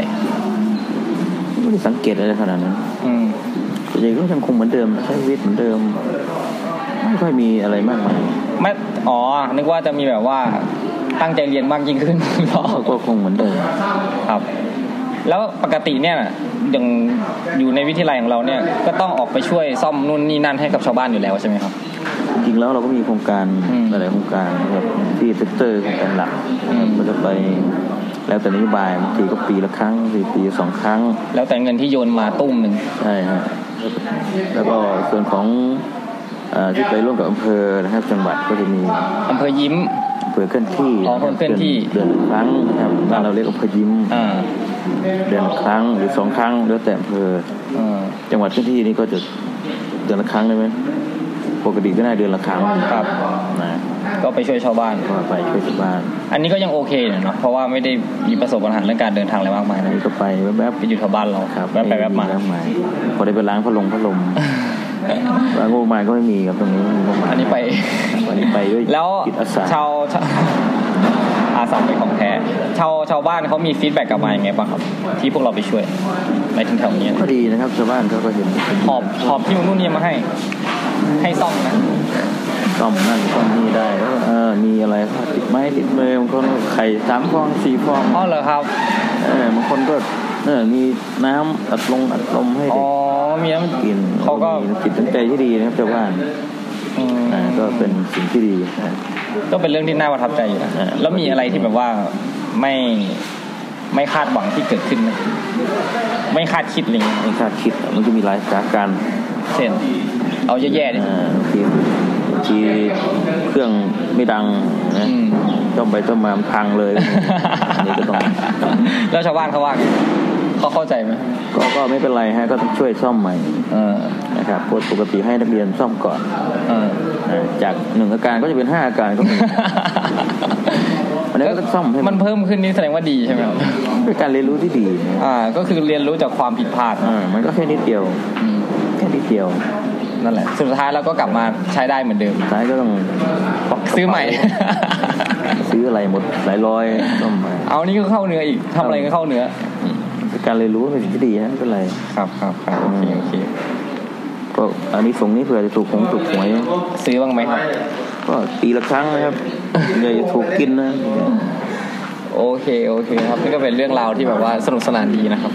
Speaker 9: ไม่ได้สังเกตอะไรขนาดนั้น
Speaker 1: อืม
Speaker 9: ส่วนใหญ่ก็ยังคงเหมือนเดิมใช้ชีวิตเหมือนเดิม ไม่ค่อยมีอะไรมากมาย
Speaker 1: ไม่อ๋อ นึกว่าจะมีแบบว่าตั้งใจเรียนมากยิ่งขึ้น [laughs] หรอ
Speaker 9: ก็คงเหมือนเดิม
Speaker 1: ครับ แล้วปกติเนี่ยอย่างอยู่ในวิทยาลัยของเราเนี่ย ก็ต้องออกไปช่วยซ่อมนู่นนี่นั่นให้กับชาวบ้านอยู่แล้วใช่ไหมครับ
Speaker 9: จริงๆแล้วเราก็มีโครงการ
Speaker 1: อืม
Speaker 9: หลายๆโครงการนะครับที่เซ็กเตอร์โครงการหลัก
Speaker 1: อืม
Speaker 9: ก็จะไปแล้วแต่นโยบายบางทีก็ปีละครั้งสี่ปีสองครั้ง
Speaker 1: แล้วแต่เงินที่โยนมาตุ้มหนึ่ง
Speaker 9: ใช่ฮะแล้วก็ส่วนของเอ่อที่ไปร่วมกับอำเภอนะครับ จังหวัดก็จะมี
Speaker 1: อำเภอยิ้ม
Speaker 9: เผื่อเคลื่อนที่
Speaker 1: อ๋อเผื่อเคลื่อนที่
Speaker 9: เดือนละครั้งนะครับบ้านเราเรียกอำเภอยิ้ม
Speaker 1: อ่า
Speaker 9: เดือนละครั้งหรือสองครั้งแล้วแต่อำเภอ
Speaker 1: อ่า
Speaker 9: จังหวัดเคลื่อนที่นี่ก็จะเดือนละครั้งได้ไหมปกติก็ได้เดือนละครั้งครับนะ
Speaker 1: ก็ไปช่วยชาวบ้าน
Speaker 9: ก็ไปช่วยชาวบ้าน
Speaker 1: อันนี้ก็ยังโอเคเนี่ยเนาะเพราะว่าไม่ได้มีประสบปัญหาเรื่องการเดินทางอะไรมากมาย
Speaker 9: อัน
Speaker 1: นะ
Speaker 9: นี้ก็ไปแวบ
Speaker 1: ไปอยู่แถวบ้านเรา
Speaker 9: ๆครับ
Speaker 1: แวบไปแวบมา
Speaker 9: แวบมาพอได้ไปล้างพัดลมพัดลมล้างงบประมาณก็ไม่มีครับตรงนี้ไม่มีงบประมาณ
Speaker 1: อันนี้ไป
Speaker 9: อันนี้ไปด้วย
Speaker 1: แล้ว
Speaker 9: จิตอาสา
Speaker 1: ชาว [laughs] ชาวอาสาเป็นของแท้ชาวชาวบ้านเขามีฟีดแบ็กกลับมาอย่างไงบ้างครับ ที่พวกเราไปช่วยหมายถึงแถวเนี้ย
Speaker 9: ก็ดีนะครับชาวบ้านเขาก็เห็น
Speaker 1: หอบหอบที่นู่นนี่มาให้ ให้ซ่อมนะ
Speaker 9: ซ่อมนั่นซ่อมนี่ได้แล้วเออมีอะไรติดไม้ติดมือบางคนก็ไข่สามฟองสี่ฟอง
Speaker 1: อ๋อเหรอครับ
Speaker 9: เออบางคนก็เออมีน้ำอัดลงอัดลมให้
Speaker 1: อ๋อก
Speaker 9: เด็
Speaker 1: มีน้ [laughs]
Speaker 9: กิน
Speaker 1: ำเขาก็
Speaker 9: มีจิตใจที่ดีนะครับชาวบ้าน
Speaker 1: อืม
Speaker 9: อ่าก็เป็นสิ่งที่ดีนะ
Speaker 1: ก็เป็นเรื่องที่น่าประทับใจอยู่นะ
Speaker 9: อ่า
Speaker 1: แล้วมีอะไรที่แบบว่าไม่ไม่คาดหวังที่เกิดขึ้นไหมไม่คาดคิดอะไรเลย
Speaker 9: ไม่คาดคิดมันก็มีหลายสถานการณ์
Speaker 1: เช่น เอาแย่ๆดิ
Speaker 9: อ่าบางทีบางทีเครื่องไม่ดังนะ
Speaker 1: อืม
Speaker 9: ต้องไปต้องมาพัง
Speaker 1: [laughs]
Speaker 9: เลยอันนี้ก็ต้อง
Speaker 1: แล้วชาวบ้านเขาว่าไงเขาเข้าใจไหม
Speaker 9: ก็ก็ไม่เป็นไรฮะก็ต้องช่วยซ่อมใหม่
Speaker 1: เออ
Speaker 9: นะครับปกติให้นักเรียนซ่อมก่อน
Speaker 1: เออ
Speaker 9: อ่าจากหนึ่งอาการก็จะเป็นห้าอาการก็มีอันนี้ก็ต้องซ่อมให้
Speaker 1: มันเพิ่มขึ้นนี่แสดงว่าดีใช่ไหมครับ
Speaker 9: เป็นการเรียนรู้ที่ดีนะครับ
Speaker 1: อ่า ก็คือเรียนรู้จากความผิดพลาด
Speaker 9: อ่ามันก็แค่นิดเดียว
Speaker 1: อืม
Speaker 9: แค่นิดเดียว
Speaker 1: นั่นแหละ สุดท้ายเราก็กลับมาใช้ได้เหมือนเดิม
Speaker 9: ท้ายก็ต้องปรับกระเป๋า
Speaker 1: ซื้อใหม่
Speaker 9: [laughs] ซื้ออะไรหมดหลายร้อยต้องมา
Speaker 1: [laughs] เอานี่ก็เข้าเนื้ออีกทำอะไรก็เข้าเนื้อ
Speaker 9: เป็นการเรียนรู้เป็นสิ่งที่ดีนะไม่เป็นไร
Speaker 1: ครับครับครับโอเคโอเค
Speaker 9: ก็อันนี้ส่งส์นี้เผื่อจะถูกหงถูกหวย
Speaker 1: ซื้อบ้างไหมครับ
Speaker 9: ก็ปีละครั้งนะครับอย่าจะถูกกินนะ
Speaker 1: โอเคโอเคครับนี่ก็เป็นเรื่องราวที่แบบว่าสนุกสนานดีนะครับ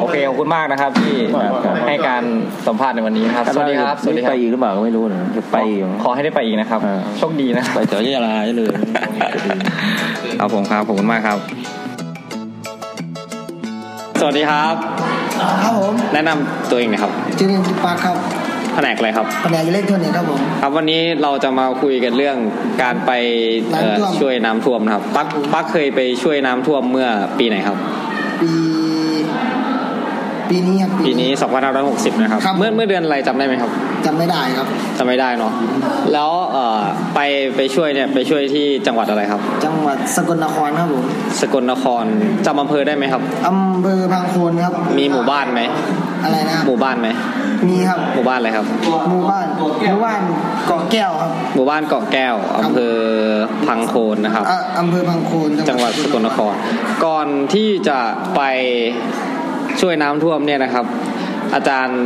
Speaker 1: โอเคขอบคุณมากนะครับที่
Speaker 9: ครับครับ
Speaker 1: ให้การสัมภาษณ์ในวันนี้นะครับ สวัสดีครับสวัสดีค
Speaker 9: ไป
Speaker 1: รับ
Speaker 9: อีกหรือเปล่าก็ไม่รู้นะจะไปอยู่นะ
Speaker 1: ขอให้ได้ไปอีกนะครับ
Speaker 9: อ่า
Speaker 1: โชคดีนะ
Speaker 9: ไปแถวยะลาได้เลย
Speaker 1: ครับผมครับ ขอบคุณมากครับ สวัสดีครับ
Speaker 7: ครับผม
Speaker 1: แนะนำตัวเองหนะครับ
Speaker 7: ชื่อนินปักครับ
Speaker 1: แผนกอะไรครับ
Speaker 7: แผนกอิเล็กทรอนิกส์ครับผม
Speaker 1: ครับวันนี้เราจะมาคุยกันเรื่องการไปเอ่อ
Speaker 7: น้ำท่วม
Speaker 1: ช่วยน้ำท่วมนะครับปักปักเคยไปช่วยน้ำท่วมเมื่อปีไหนครับ
Speaker 7: ปีปีนี้ครับ
Speaker 1: ปีนี้2560 นะครับ
Speaker 7: ครับ
Speaker 1: เมื่อเมื่อเดือนอะไรจำได้ไหมครับ
Speaker 7: จำไม่ได้ครับ
Speaker 1: จำไม่ได้เนาะแล้วเอ่อไปไปช่วยเนี่ยไปช่วยที่จังหวัดอะไรครับ
Speaker 7: จังหวัดสกลนครครับผม
Speaker 1: สกลนครจำอำเภอได้ไหมครับ
Speaker 7: อำเภอบางโคนครับ
Speaker 1: มีหมู่บ้านไหม
Speaker 10: อะไรนะครับ
Speaker 1: หมู่บ้านไหม
Speaker 10: มีครับ
Speaker 1: หมู่บ้านอะไรครับ
Speaker 10: หมู่บ้านหมู่บ้านเกาะแก้วครับ
Speaker 1: หมู่บ้านเกาะแก้วอำเภอพังโคนนะครับ
Speaker 10: อ่ะอำเภอบางโคน
Speaker 1: จังหวัดสกลนคร ก่อนที่จะไปช่วยน้ำท่วมเนี่ยนะครับ อาจารย์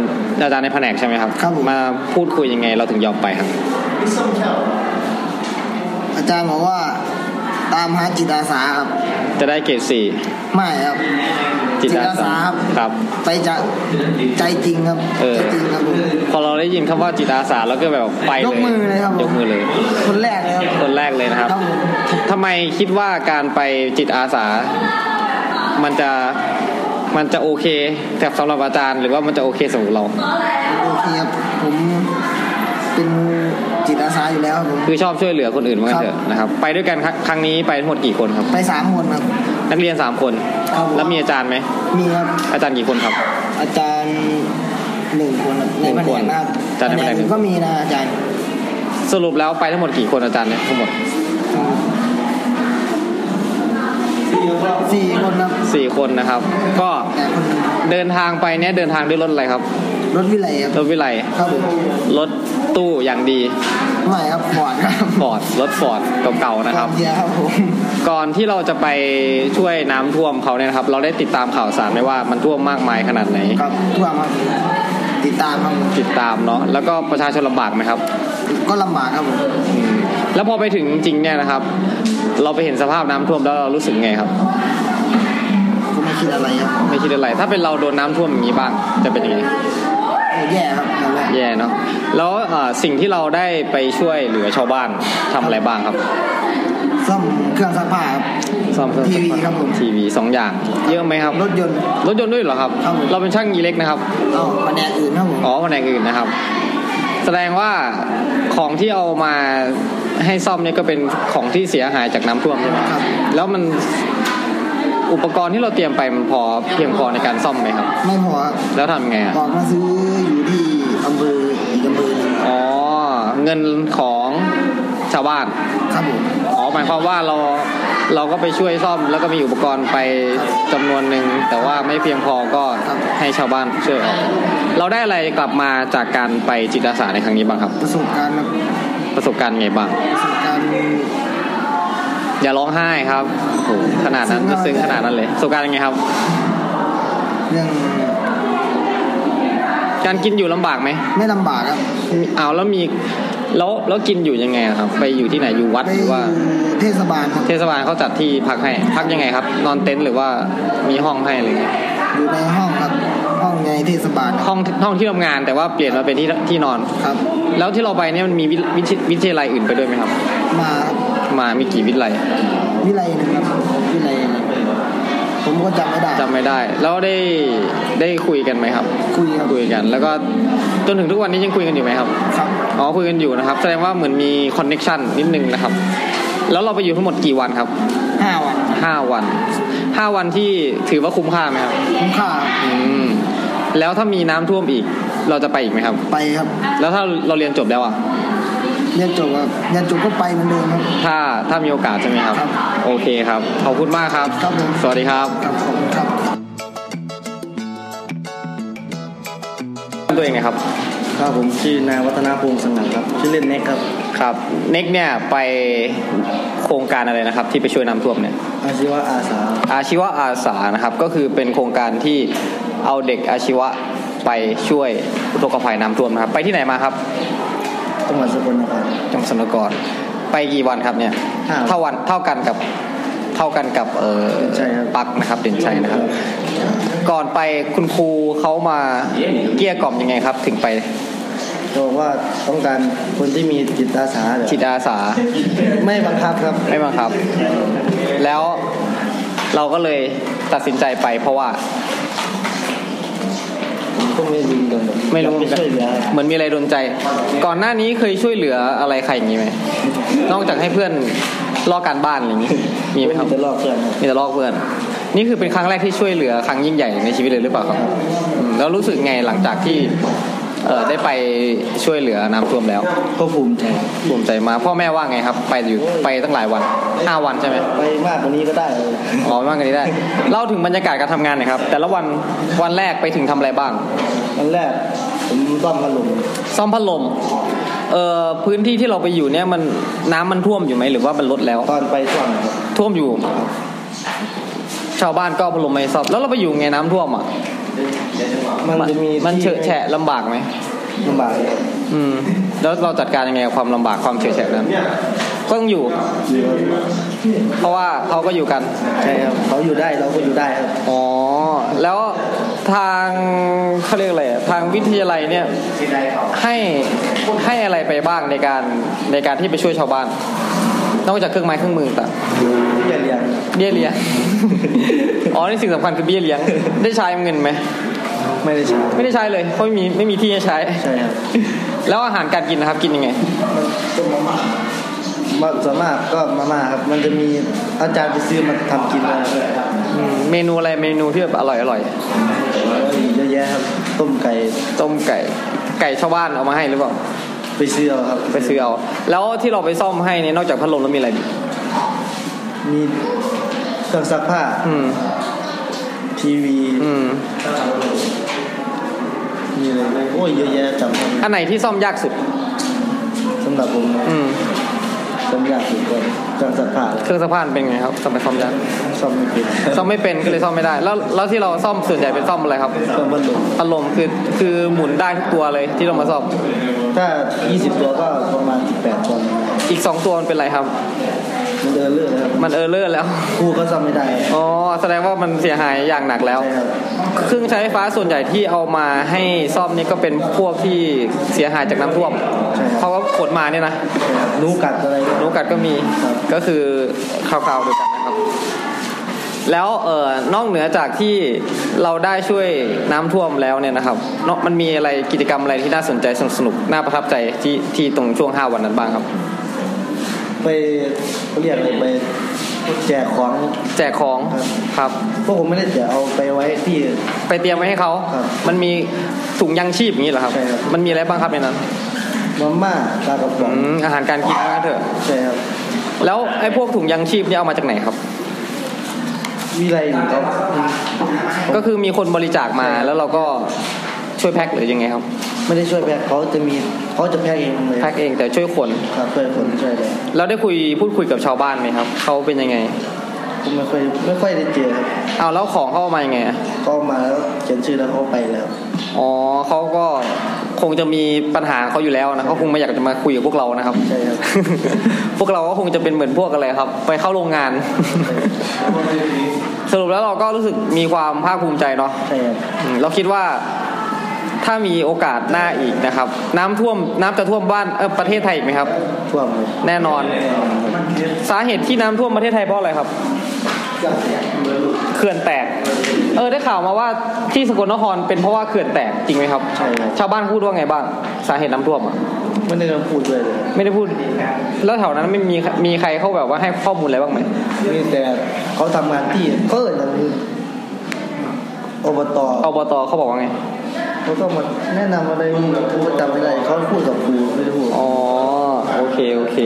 Speaker 1: อาจารย์ในแผนกใช่ไหมครับ
Speaker 10: ครับผม
Speaker 1: มาพูดคุยยังไงเราถึงยอมไปครับ
Speaker 10: อาจารย์บอกว่าตามหาจิตอาสาครับ
Speaker 1: จะได้เกรดสี่
Speaker 10: ไม่ครับ
Speaker 1: จิตอาสา
Speaker 10: ครับ
Speaker 1: ครับ
Speaker 10: ไปจากใจจริงครับ
Speaker 1: เออ
Speaker 10: ใจจริงครับผม
Speaker 1: พอเราได้ยินคำว่าจิตอาสาเราก็แบบไปเลย
Speaker 10: ยกมือเลยครับผม
Speaker 1: ยกมือเลย
Speaker 10: คนแรกเลยครับ
Speaker 1: คนแรกเลยนะครับ
Speaker 10: ครับผม
Speaker 1: ทำไมคิดว่าการไปจิตอาสา มันจะมันจะโอเคแต่สำหรับอาจารย์หรือว่ามันจะโอเคสำหรับเรา
Speaker 10: โอเคครับผมเป็นจิตอาสาอยู่แล้วครับผม
Speaker 1: คือชอบช่วยเหลือคนอื่นเหมือนกันเถอะนะครับไปด้วยกันครั้งครั้งนี้ไปทั้งหมดกี่คนครับ
Speaker 10: ไปสามคนครับ
Speaker 1: นักเรียนสามคน
Speaker 10: ครับผม
Speaker 1: แล้วมีอาจารย์ไหม
Speaker 10: มีครับ
Speaker 1: อาจารย์กี่คนครับ
Speaker 10: อาจารย์หนึ่งคนครับใน
Speaker 1: หนึ่
Speaker 10: แผ
Speaker 1: งค
Speaker 10: น
Speaker 1: น
Speaker 10: กนะครับ
Speaker 1: อาจารย์ในแผนก
Speaker 10: อื่ก็มีนะอาจารย์
Speaker 1: สรุปแล้วไปทั้งหมดกี่คนอาจารย์เนี่ยทั้งหมด
Speaker 10: สี่คนครับ
Speaker 1: สี่คนนะครับ ก็
Speaker 10: แต่คนหนึ่ง
Speaker 1: เดินทางไปเนี่ยเดินทางด้วยรถอะไรครับ
Speaker 10: รถวิไลครับ
Speaker 1: รถวิไล
Speaker 10: ครับผม
Speaker 1: รถตู้อย่างดี
Speaker 10: ไม่ครับฟอร์ดครับ
Speaker 1: ฟอร์ดรถฟอร์ดเก่าๆนะครับ
Speaker 10: เกียร์ครับผม
Speaker 1: ก่อนที่เราจะไปช่วยน้ำท่วมเขาเนี่ยนะครับ เราได้ติดตามข่าวสารไหมว่ามันท่วมมากมายขนาดไหน
Speaker 10: ครับทั่วครับติดตามครับผม
Speaker 1: ติดตามเนาะแล้วก็ประชาชนลำบากไหมครับ
Speaker 10: ก็ลำบากครับผม
Speaker 1: แล้วพอไปถึงจริงๆเนี่ยนะครับ เราไปเห็นสภาพน้ำท่วมแล้วเรารู้สึกไงครับ
Speaker 10: ผมไม่คิดอะไรครับ
Speaker 1: ไม่คิดอะไร ถ้าเป็นเราโดนน้ำท่วมอย่างนี้บ้าง จะเป็นยังไง
Speaker 10: เออแย่ครับตอนแรก
Speaker 1: แย่เนาะ แล้วเอ่อสิ่งที่เราได้ไปช่วยเหลือชาวบ้านทำอะไรบ้างครับ
Speaker 10: ซ่อมเครื่องซักผ้าครับ
Speaker 1: ซ่อมเครื่อง
Speaker 10: ทีวีครับผม
Speaker 1: ทีวีสองอย่าง เยอะไหมครับ
Speaker 10: รถยนต์
Speaker 1: รถยนต์ด้วยเหรอครับ
Speaker 10: ครับผม
Speaker 1: เราเป็นช่างอิเล็กนะครับ
Speaker 10: เอาแผนกอื่นครับผม
Speaker 1: อ๋อแผนกอื่นนะครับ แสดงว่าของที่เอามาให้ซ่อมเนี่ยก็เป็นของที่เสียหายจากน้ำท่วมใช่ไหม
Speaker 10: ครับ
Speaker 1: แล้วมันอุปกรณ์ที่เราเตรียมไปมันพอเพียงพอในการซ่อมไหมครับ
Speaker 10: ไม่พอครับ
Speaker 1: แล้วทำไงอ่ะ
Speaker 10: บอกมาซื้ออยู่ที่อำเภออีกอำเภอหนึ่ง
Speaker 1: อ๋อเงินของชาวบ้าน
Speaker 10: ครับผม
Speaker 1: อ๋อหมายความว่าเราเราก็ไปช่วยซ่อม แล้วก็มีอุปกรณ์ไปจำนวนหนึ่งแต่ว่าไม่เพียงพอก็ให้ชาวบ้านช่วยออกเราได้อะไรกลับมาจากการไปจิตอาสาในครั้งนี้บ้างครับ
Speaker 10: ประสบการณ์ครับ
Speaker 1: ประสบการณ์ไงบ้าง
Speaker 10: ประสบการณ์
Speaker 1: อย่าร้องไห้ครับโอ้โหขนาดนั้นจะซึ้งขนาดนั้นเลยประสบการณ์ยังไงครับ
Speaker 10: เรื่อง
Speaker 1: การกินอยู่ลำบากไหม
Speaker 10: ไม่ลำบากครับ
Speaker 1: มีเอาแล้วมีแล้วแล้วกินอยู่ยังไงอะครับ ไปอยู่ที่ไหนอยู่วัด
Speaker 10: ไป
Speaker 1: หรือว่า
Speaker 10: เทศบาลครับ
Speaker 1: เทศบาลเขาจัดที่พักให้ พักยังไงครับ นอนเต็นท์หรือว่ามีห้องให้อะไรเงี้ย
Speaker 10: อยู่ในห้องครับ ห้องในเทศบาลครับ
Speaker 1: ห้องห้องที่ทำงานแต่ว่าเปลี่ยนมาเป็นที่ที่นอน
Speaker 10: ครับ
Speaker 1: แล้วที่เราไปเนี่ยมันมีวิวิทยวิทยาลัยอื่นไปด้วยไหมครับ
Speaker 10: มาครับ
Speaker 1: มามีกี่วิทยาลัย
Speaker 10: วิไลหนึ่งครับวิไลหนึ่งผมก็จำไม่ได้
Speaker 1: จำไม่ได้ แล้วได้ได้คุยกันไหมครับ
Speaker 10: คุยครับ
Speaker 1: คุยกัน แล้วก็จนถึงทุกวันนี้ยังคุยกันอยู่ไหมครับ
Speaker 10: ครับ
Speaker 1: อ๋อคุยกันอยู่นะครับ แสดงว่าเหมือนมีคอนเน็ชันนิดนึงนะครับ แล้วเราไปอยู่ทั้งหมดกี่วันครับ
Speaker 10: ห้าวัน
Speaker 1: ห้าวันห้าวันที่ถือว่าคุ้มค่าไหมครับ
Speaker 10: คุ้มค่าครับ
Speaker 1: อืม แล้วถ้ามีน้ำท่วมอีก เราจะไปอีกไหมครับ
Speaker 10: ไปครับ
Speaker 1: แล้วถ้าเราเรียนจบแล้วอ่ะ
Speaker 10: เรียนจบครับเรียนจบก็ไปเหมือนเดิมครับ
Speaker 1: ถ้าถ้ามีโอกาสใช่ไหมครับ
Speaker 10: ครับ
Speaker 1: โอเคครับ ขอบคุณมากครับ
Speaker 10: ครับผม
Speaker 1: สวัสดีครับ
Speaker 10: ครับผมครับ
Speaker 1: ตัวเองนะครับ
Speaker 5: ครับผมชื่อนายวัฒนาพงศ์สงัดครับชื่อเล่นเน็กครับ
Speaker 1: ครับ เน็กเนี่ยไปโครงการอะไรนะครับ ที่ไปช่วยน้ำท่วมเนี่ย
Speaker 5: อาชีวะอาสา
Speaker 1: อาชีวะอาสานะครับ ก็คือเป็นโครงการที่เอาเด็กอาชีวะไปช่วยอุทกภัยน้ำท่วมนะครับ ไปที่ไหนมาครับ
Speaker 5: จังหวัดสกลนคร
Speaker 1: จังหวัดสมุทรสาครไปกี่วันครับเนี่ย
Speaker 5: ห้าวัน
Speaker 1: เท่าวันเท่ากันกับเท่ากันกับเออ
Speaker 5: เด่นชัยครับ
Speaker 1: ปักนะครับเด่นชัยนะครับ ก่อนไปคุณครูเขามาเกลี้ยกล่อมยังไงครับ ถึงไป
Speaker 5: จะบอกว่าต้องการคนที่มีจิตอาสาเหรอ
Speaker 1: จิตอาสา
Speaker 5: ไม่บังคับครับ
Speaker 1: ไม่บังครับ แล้วเราก็เลยตัดสินใจไป เพราะว่า
Speaker 5: ผมก็ไม่รู้เหมือนกัน
Speaker 1: ไม่รู้เห
Speaker 5: อยาก
Speaker 1: มือนกัน
Speaker 5: ปช่วยเหลือ
Speaker 1: เหมือนมีอะไรโดนใจ ก่อนหน้านี้เคยช่วยเหลืออะไรใครอย่างนี้ไหม นอกจากให้เพื่อนลอกการบ้านอะไรอย่างนี้ มีไหมครับ
Speaker 5: จะลอกเพื่อนครับ
Speaker 1: มีแต่ลอกเพื่อน นี่คือเป็นครั้งแรกที่ช่วยเหลือครั้งยิ่งใหญ่ในชีวิตเลยหรือเปล่าครับอืมแล้วรู้สึกไงหลังจากที่ เออได้ไปช่วยเหลือน้ำท่วมแล้ว
Speaker 10: ก็ภูมิใจ
Speaker 1: ภูมิใจมากพ่อแม่ว่าไงครับ ไปอยู่ไปตั้งหลายวันห้าวันใช่ไหม
Speaker 10: ไปมากกว่านี้ก็ได้เลย
Speaker 1: อ๋อไม่ว่างกันนี้ได้ เล่าถึงบรรยากาศการทำงานหน่อยครับ แต่ละวันวันแรกไปถึงทำอะไรบ้าง
Speaker 10: วันแรกผมต้อมพัดลม
Speaker 1: ซ่อมพัดลมเอ่อพื้นที่ที่เราไปอยู่เนี่ยมันน้ำมันท่วมอยู่ไหมหรือว่ามันลดแล้ว
Speaker 10: ตอนไปช่วงครับ
Speaker 1: ท่วมอยู่ ชาวบ้านก็เอาพัดลมมาให้ซ่อมแล้วเราไปอยู่ไงน้ำท่วมอ่ะ
Speaker 10: มันจะมี
Speaker 1: มันเฉอะแฉะลำบากไหม
Speaker 10: ลำบากครับ
Speaker 1: อืม แล้วเราจัดการยังไงกับความลำบากความเฉอะแฉะนั้นก็ต้องอยู่ เพราะว่าเขาก็อยู่กัน
Speaker 10: ใช่ครับเขาอยู่ได้เราก็อยู่ได้ครับ
Speaker 1: อ๋อ แล้วทางเขาเรียกอะไรอะทางวิทยาลัยเนี่ย ให้ให้อะไรไปบ้างในการในการที่ไปช่วยชาวบ้าน นอกจากเครื่องไม้เครื่องมือต่างเบี้ยเลี้ [laughs] ยงอ๋อนี่สิ่งสำคัญคือเบี้ยเลี้ยง [laughs] ได้ใช้เงินไหม
Speaker 10: ไม่ได้ใช้
Speaker 1: ไม่ได้ใช้เลยเพราะไม่มีไม่มีที่ [laughs] ให้ใช้
Speaker 10: ใช่ครับ
Speaker 1: แล้วอาหารการกินนะครับ กินยังไง
Speaker 10: มาส่วนมากก็มาม่าครับ มันจะมีอาจารย์ไปซื้อมาทำกินมา
Speaker 1: อืมเมนูอะไรเมนูที่แบบอร่อยอร่อย
Speaker 10: เยอะแยะครับ ต้มไก่
Speaker 1: ๆต้มไก่ไก่ชาวบ้านเอามาให้หรือเปล่า
Speaker 10: ไปซื้อเอาครับ
Speaker 1: ไปซื้อเอา แล้วที่เราไปซ่อมให้เนี่ยนอกจากพัดลมแล้วมีอะไรอีก
Speaker 10: มีเครื่องซักผ้า
Speaker 1: อืม
Speaker 10: ทีวี
Speaker 1: อืม
Speaker 10: มีอะไรไหมโอ้ยเยอะแยะจำไม่ได้
Speaker 1: อันไหนที่ซ่อมยากสุด
Speaker 10: สำหรับผมนะ
Speaker 1: อืม
Speaker 10: ผมอยากถึงก็เครื่องซักผ้าเลย
Speaker 1: เครื่องสะพานเป็นไงครับทำไมซ่อมยาก
Speaker 10: ซ่อมไม่เป็น
Speaker 1: ซ่อมไม่เป็นก็เลยซ่อมไม่ได้ แล้วแล้วที่เราซ่อมส่วนใหญ่เป็นซ่อมอะไรครับ
Speaker 10: ซ่อมบนลม
Speaker 1: พัดลมคือคือหมุนได้ทุกตัวเลยที่เรามาซ่อม
Speaker 10: ถ้า 20 ตัวก็ประมาณ 18ตัว
Speaker 1: อีกสองตัวมันเป็นไรครับ
Speaker 10: มันเดินเลื่อนนะครับ
Speaker 1: มันเออร์เลอร์แล้ว
Speaker 10: ครูก็ซ่อมไม่ได้ครับ
Speaker 1: อ๋อ แสดงว่ามันเสียหายอย่างหนักแล้ว
Speaker 10: ใช่ครับ
Speaker 1: เครื่องใช้ไฟฟ้าส่วนใหญ่ที่เอามาให้ซ่อมนี่ก็เป็นพวกที่เสียหายจากน้ำท่วมเขาก็ขนมาเนี่ยนะ
Speaker 10: หนูกัดอะไรก็
Speaker 1: นกกัดก็มี
Speaker 10: ครับ
Speaker 1: ก็คือคร่าวๆเดียวกันนะครับ แล้วเอ่อนอกเหนือจากที่เราได้ช่วยน้ำท่วมแล้วเนี่ยนะครับเนอะมันมีอะไรกิจกรรมอะไรที่น่าสนใจสนุกสนุกน่าประทับใจที่ที่ตรงช่วงห้าวันนั้นบ้างครับ
Speaker 10: ไปเขาเรียกอะไรไปแจกของ
Speaker 1: แจกของครับ
Speaker 10: พวกผมไม่ได้แจกเอาไปไว้ที่
Speaker 1: ไปเตรียมไว้ให้เขา
Speaker 10: ครับ
Speaker 1: มันมีถุงยางชีพอย่างนี้เหรอครับ
Speaker 10: ใช่ครับ
Speaker 1: มันมีอะไรบ้างครับในนั้น
Speaker 10: มาม่าปลากระป๋อ
Speaker 1: อื
Speaker 10: ง
Speaker 1: มอาหารการกินมากนเถอะ
Speaker 10: ใช่ครับ
Speaker 1: แล้วไอ้พวกถุงยางชีพเนี่ยเอามาจากไหนครับ
Speaker 10: วิไลของเขา
Speaker 1: ก็คือมีคนบริจาคมาแล้วเราก็ช่วยแพ็คหรือยังไงครับ
Speaker 10: ไม่ได้ช่วยแพ็คเขาจะมีเขาจะแพ็คเองเลย
Speaker 1: แพ็คเองแต่ช่วยขน
Speaker 10: ครับช่วยคนช่วยเลย
Speaker 1: เราได้คุยพูดคุยกับชาวบ้านไหมครับเขาเป็นยังไง
Speaker 10: ผมไม่ค่อยไม่ค่อยได้เจอครับ
Speaker 1: เอาแล้วของเขาเอามายังไงอะ
Speaker 10: เขามาแล้วเขียนชื่อแล้วเขาไปแล้ว
Speaker 1: อ๋อเขาก็คงจะมีปัญหาเขาอยู่แล้วนะเขาคงไม่อยากจะมาคุยกับพวกเรานะครับ [laughs]
Speaker 10: ใช่ครับ
Speaker 1: พวกเราก็คงจะเป็นเหมือนพวกอะไรครับ ไปเข้าโรงงาน [laughs] สรุปแล้วเราก็รู้สึกมีความภาคภูมิใจเนาะ
Speaker 10: ใช่ครับ
Speaker 1: อืมเราคิดว่าถ้ามีโอกาสหน้าอีกนะครับ น้ำท่วมน้ำจะท่วมบ้านเออประเทศไทยอีกไหมครับ
Speaker 10: ท่วมเลย
Speaker 1: แน่นอน สาเหตุที่น้ำท่วมประเทศไทยเพราะอะไรครับ เขื่อนแตก เออได้ข่าวมาว่าที่สกลนครเป็นเพราะว่าเขื่อนแตกจริงไหมครับ
Speaker 10: ใช่ครับ
Speaker 1: ชาวบ้านพูดว่าไงบ้าง สาเหตุน้ำท่วมอ่ะ
Speaker 10: ไม่ได้พูดด้วยเลย
Speaker 1: ไม่ได้พูด แล้วแถวนั้นไม่มีมีใครเข้าแบบว่าให้ข้อมูลอะไรบ้างไหม
Speaker 10: มีแต่เขาทำงานที่เปิดนะคืออบต
Speaker 1: อบตเขาบอกว่าไง
Speaker 10: เขาก็มาแนะนำอะไรผมก็จำไม่ได้เขาพูดกับครูไม่ได้พูด
Speaker 1: อ๋อ โอเค โอเค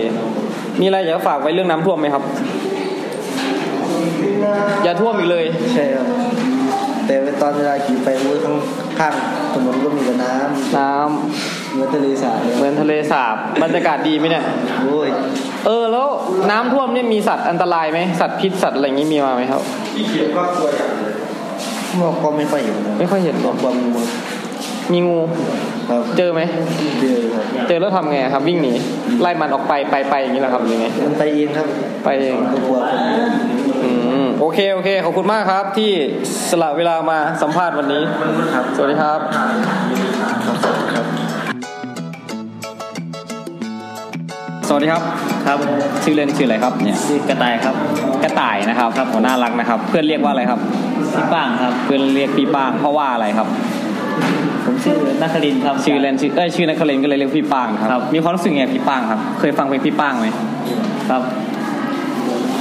Speaker 1: มีอะไรอยากจะฝากไว้เรื่องน้ำท่วมไหมครับ อย่าท่วมอีกเลย
Speaker 10: ใช่ครับแต่ตอนเวลาขี่ไปมือข้างข้างถนนก็มีแต่น้
Speaker 1: น้ำ
Speaker 10: ำเหมือนทะเลสาบเลย
Speaker 1: เหมือนทะเลสาบบรรยากาศดีไหมเนี่ย
Speaker 10: โอ้ย
Speaker 1: เออแล้วน้ำท่วมเนี่ยมีสัตว์อันตรายไหมสัตว์พิษสัตว์อะไรอย่างนี้มีมาไหมครับ
Speaker 10: หมอกก็ไม่ค่อยเห็นนะ
Speaker 1: ไม่ค่อยเห็นหรอก
Speaker 10: ความมือ
Speaker 1: มีงู
Speaker 10: ครับ
Speaker 1: เจอไหม
Speaker 10: เจอครับ
Speaker 1: เจอแล้วทำไงครับ วิ่งหนีไล่มันออกไปไปไปอย่างนี้แหละครับหรือไง
Speaker 10: มันไปเองครับ
Speaker 1: ไปเอง
Speaker 10: ไม่กลัวคน
Speaker 1: อืมโอเคโอเคขอบคุณมากครับ ที่สละเวลามาสัมภาษณ์วันนี้สวัสดีครับ
Speaker 11: สวัสดีครับครับชื่อเล่นชื่ออะไรครับเนี่ย
Speaker 10: ชื่อกระต่ายครับ
Speaker 11: กระต่ายนะครับครับหัวหน้ารักนะครับ เพื่อนเรียกว่าอะไรครับ
Speaker 10: พี่ป้างครับ
Speaker 11: เพื่อนเรียกพี่ป้างเพราะว่าอะไรครับ
Speaker 10: ผมชื่อนักครินทร์ครับ
Speaker 11: ชื่อเล่นชื่อเอ้ยชื่อนักเรียนก็เลยเรียกพี่ป้างครับ
Speaker 10: ครับ
Speaker 11: มีความรู้สึกไงกับพี่ป้างครับ เคยฟังเพลงพี่ป้างไหม
Speaker 10: ครับ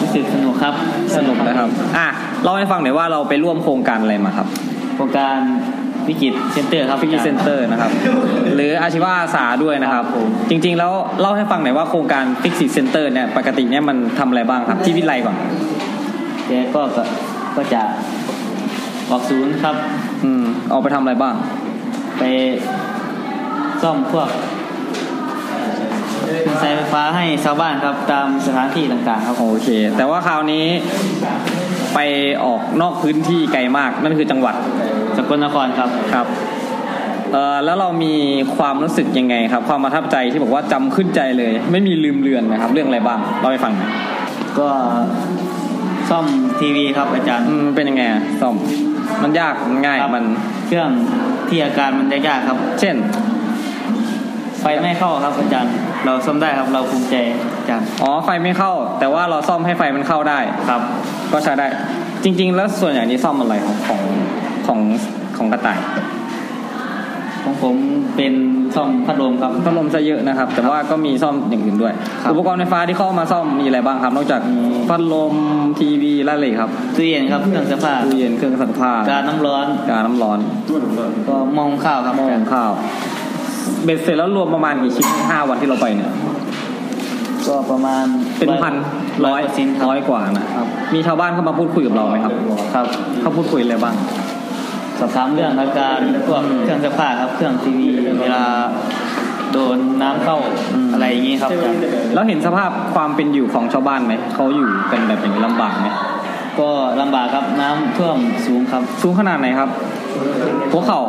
Speaker 10: รู้สึกสนุกครับ
Speaker 11: สนุกนะครับอ่ะเล่าให้ฟังหน่อยว่าเราไปร่วมโครงการอะไรมาครับ
Speaker 10: โครงการ
Speaker 9: วิกิตเซ็นเตอร์ครับ
Speaker 1: ฟรีเซ็นเตอร์นะครับ หรืออาชีวาอาสาด้วยนะครับ จริงๆแล้วเล่าให้ฟังหน่อยว่าโครงการฟิกซิเซ็นเตอร์เนี่ยปกติเนี่ยมันทำอะไรบ้างครับ ที่วิไลก่อน
Speaker 9: แกก็ก็ก็จะออกศูนย์ครับ
Speaker 1: อืมเอาไปทำอะไรบ้าง
Speaker 9: ไปซ่อมพวกเครื่องใช้ไฟฟ้าให้ชาวบ้านครับ ตามสถานที่ต่างๆครับ
Speaker 1: โอเค แต่ว่าคราวนี้ไปออกนอกพื้นที่ไกลมาก นั่นคือจังหวัด
Speaker 9: สกลนครครับ
Speaker 1: ครับเอ่อแล้วเรามีความรู้สึกยังไงครับ ความประทับใจที่บอกว่าจำขึ้นใจเลย ไม่มีลืมเลือนนะครับ เรื่องอะไรบ้างเราไปฟังหน่อย
Speaker 9: ก็ซ่อมทีวีครับอาจารย์
Speaker 1: อืมเป็นยังไงอะซ่อมมันยากมันง่าย
Speaker 9: ครับ
Speaker 1: มัน
Speaker 9: เครื่องที่อาการมันจะยากครับ
Speaker 1: เช่น
Speaker 9: ไฟไม่เข้าครับอาจารย์ เราซ่อมได้ครับ เราภูมิใจอาจารย์
Speaker 1: อ๋อไฟไม่เข้า แต่ว่าเราซ่อมให้ไฟมันเข้าได้
Speaker 9: ครับ
Speaker 1: ก็ใช้ได้ จริง ๆ แล้วส่วนใหญ่นี่ซ่อมอะไรของของของของกระต่าย
Speaker 9: ของผมเป็นซ่อมพัดลมครับ
Speaker 1: พัดลมซะเยอะนะครับ แต่ว่าก็มีซ่อมอย่างอื่นด้วย
Speaker 9: ครับ
Speaker 1: อุปกรณ์ไฟฟ้าที่เข้ามาซ่อมมีอะไรบ้างครับ นอกจาก
Speaker 9: มี
Speaker 1: พัดลมทีวีและอะไรอีกครับ
Speaker 9: ตู้เย็นครับ เครื่องเสื้อผ้า
Speaker 1: ตู้เย็นเครื่องซักผ้า
Speaker 9: การน้ำร้อน
Speaker 1: กาน้ำร้อน
Speaker 9: ก็หมอหุงข้าวครับ
Speaker 1: หม้อหุงข้าวเบ็ดเสร็จแล้วรวมประมาณกี่ชิ้นห้าวันที่เราไปเนี่ย
Speaker 9: ก็ประมาณ
Speaker 1: เป็นพันร้อย
Speaker 9: ชิ้นครับ
Speaker 1: ร้อยกว่านะครับ มีชาวบ้านเข้ามาพูดคุยกับเราไหมครับ
Speaker 9: ครับ
Speaker 1: เขาพูดคุยอะไรบ้าง
Speaker 9: สอบถามเรื่องอาการพวกเครื่องเสื้อผ้าครับ เครื่องทีวีเวลาโดนน้ำเข้า
Speaker 1: อืม
Speaker 9: อะไรอย่างนี้ครับอาจารย์
Speaker 1: แล้วเห็นสภาพความเป็นอยู่ของชาวบ้านไหม เขาอยู่กันแบบอย่างนี้ลำบากไหม
Speaker 9: ก็ลำบากครับน้ำท่วมสูงครับ
Speaker 1: สูงขนาดไหนครับ หัวเข่า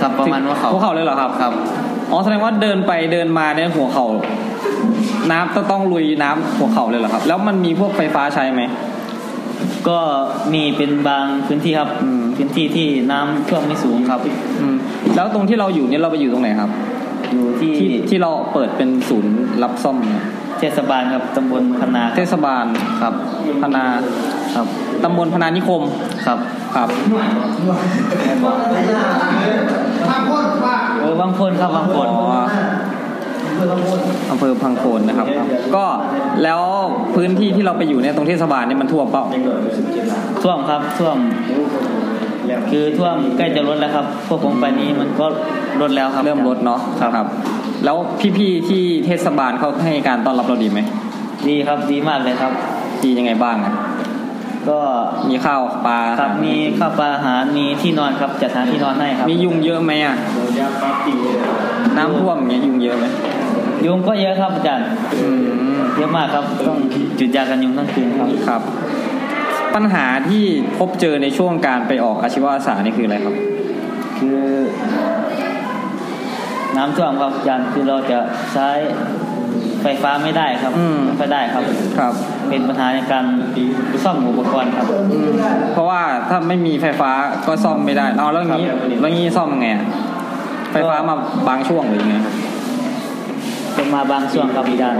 Speaker 9: ครับประมาณว่าเขา
Speaker 1: หัวเข่าเลยเหรอครับ
Speaker 9: ครับ
Speaker 1: อ๋อแสดงว่าเดินไปเดินมาเนี่ยหัวเข่า น้ำต้องต้องลุยน้ำหัวเข่าเลยเหรอครับ แล้วมันมีพวกไฟฟ้าใช้ไหม
Speaker 9: ก็มีเป็นบางพื้นที่ครับ
Speaker 1: อืม
Speaker 9: พื้นที่ที่น้ำท่วมไม่สูงครับ
Speaker 1: อืม แล้วตรงที่เราอยู่เนี่ยเราไปอยู่ตรงไหนครับ
Speaker 9: อยู่ที่
Speaker 1: ที่ที่เราเปิดเป็นศูนย์รับซ่อมเนี่ย
Speaker 9: เทศบาลครับตำบลพนา
Speaker 1: เทศบาล
Speaker 9: ครับ
Speaker 1: พนา
Speaker 9: ครับ
Speaker 1: ตำบลพนานิคม
Speaker 9: ครับ
Speaker 1: ครับ
Speaker 9: เออบางคนครับบางคน
Speaker 1: อ๋ออำเภอพังโคนนะครับ ก็แล้วพื้นที่ที่เราไปอยู่เนี่ยตรงเทศบาลเนี่ยมันท่วมเปล่า
Speaker 9: ท่วมครับท่วม คือท่วมใกล้จะลดแล้วครับ พวกผมไปนี้มันก็ลดแล้วครับ
Speaker 1: เริ่มลดเนาะ
Speaker 9: ครับ
Speaker 1: ครับ แล้วพี่ๆที่เทศบาลเขาให้การต้อนรับเราดีไหม
Speaker 9: ดีครับดีมากเลยครับ
Speaker 1: ดียังไงบ้างอะ
Speaker 9: ก็
Speaker 1: มีข้าวปลา
Speaker 9: ครับมีข้าวปลาอาหารมีที่นอนครับจัดหาที่นอนให้ครับ
Speaker 1: มียุงเยอะไหมอ่ะน้ำท่วมอย่างเงี้ยยุงเยอะไหม
Speaker 9: ยุงก็เยอะครับอาจารย์
Speaker 1: อืม
Speaker 9: เยอะมากครับต้องจุดยากันยุงทั้งคืนครับ
Speaker 1: ครับ ปัญหาที่พบเจอในช่วงการไปออกอาชีวอาสานี่คืออะไรครับ
Speaker 9: คือ น้ำท่วมครับอาจารย์คือเราจะใช้ไฟฟ้าไม่ได้ครับ
Speaker 1: อืม
Speaker 9: ไฟได้ครับ
Speaker 1: ครับ
Speaker 9: เป็นปัญหาในการซ่อมอุปกรณ์ครับ
Speaker 1: เพราะว่าถ้าไม่มีไฟฟ้าก็ซ่อมไม่ได้เอาแล้วงี้แล้วงี้ซ่อมไงอะไฟฟ้ามาบางช่วงหรือยังไง
Speaker 9: จะมาบางช่วงครับอาจารย์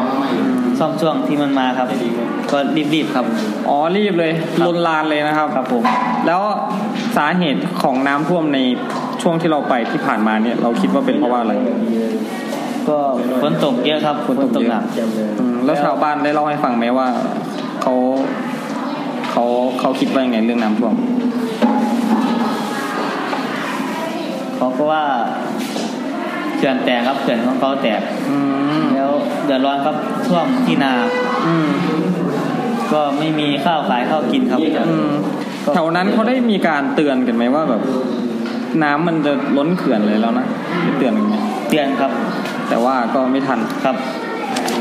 Speaker 9: ซ่อมช่วงที่มันมาครับ ก็รีบๆครับ
Speaker 1: อ๋อรีบเลยลนลานเลยนะครับ
Speaker 9: ครับผม
Speaker 1: แล้วสาเหตุของน้ำท่วมในช่วงที่เราไปที่ผ่านมาเนี่ยเราคิดว่าเป็นเพราะว่าอะไร
Speaker 9: ก็ฝนตกเยอะครับฝนตกหนัก
Speaker 1: อืมแล้วชาวบ้านได้เล่าให้ฟังไหมว่าเขาเขาเขาคิดว่ายังไงเรื่องน้ำท่วม
Speaker 9: เขาก็ว่าเขื่อนแตกครับเขื่อนของเขาแตก
Speaker 1: อืม
Speaker 9: แล้วเดือดร้อนครับท่วมที่นา
Speaker 1: อืม
Speaker 9: ก็ไม่มีข้าวขายข้าวกินครับ
Speaker 1: อืมแถวนั้นเขาได้มีการเตือนกันไหมว่าแบบ น้ำมันจะล้นเขื่อนเลยแล้วนะได้เตือนกันไหม
Speaker 9: เตือนครับ
Speaker 1: แต่ว่าก็ไม่ทัน
Speaker 9: ครับ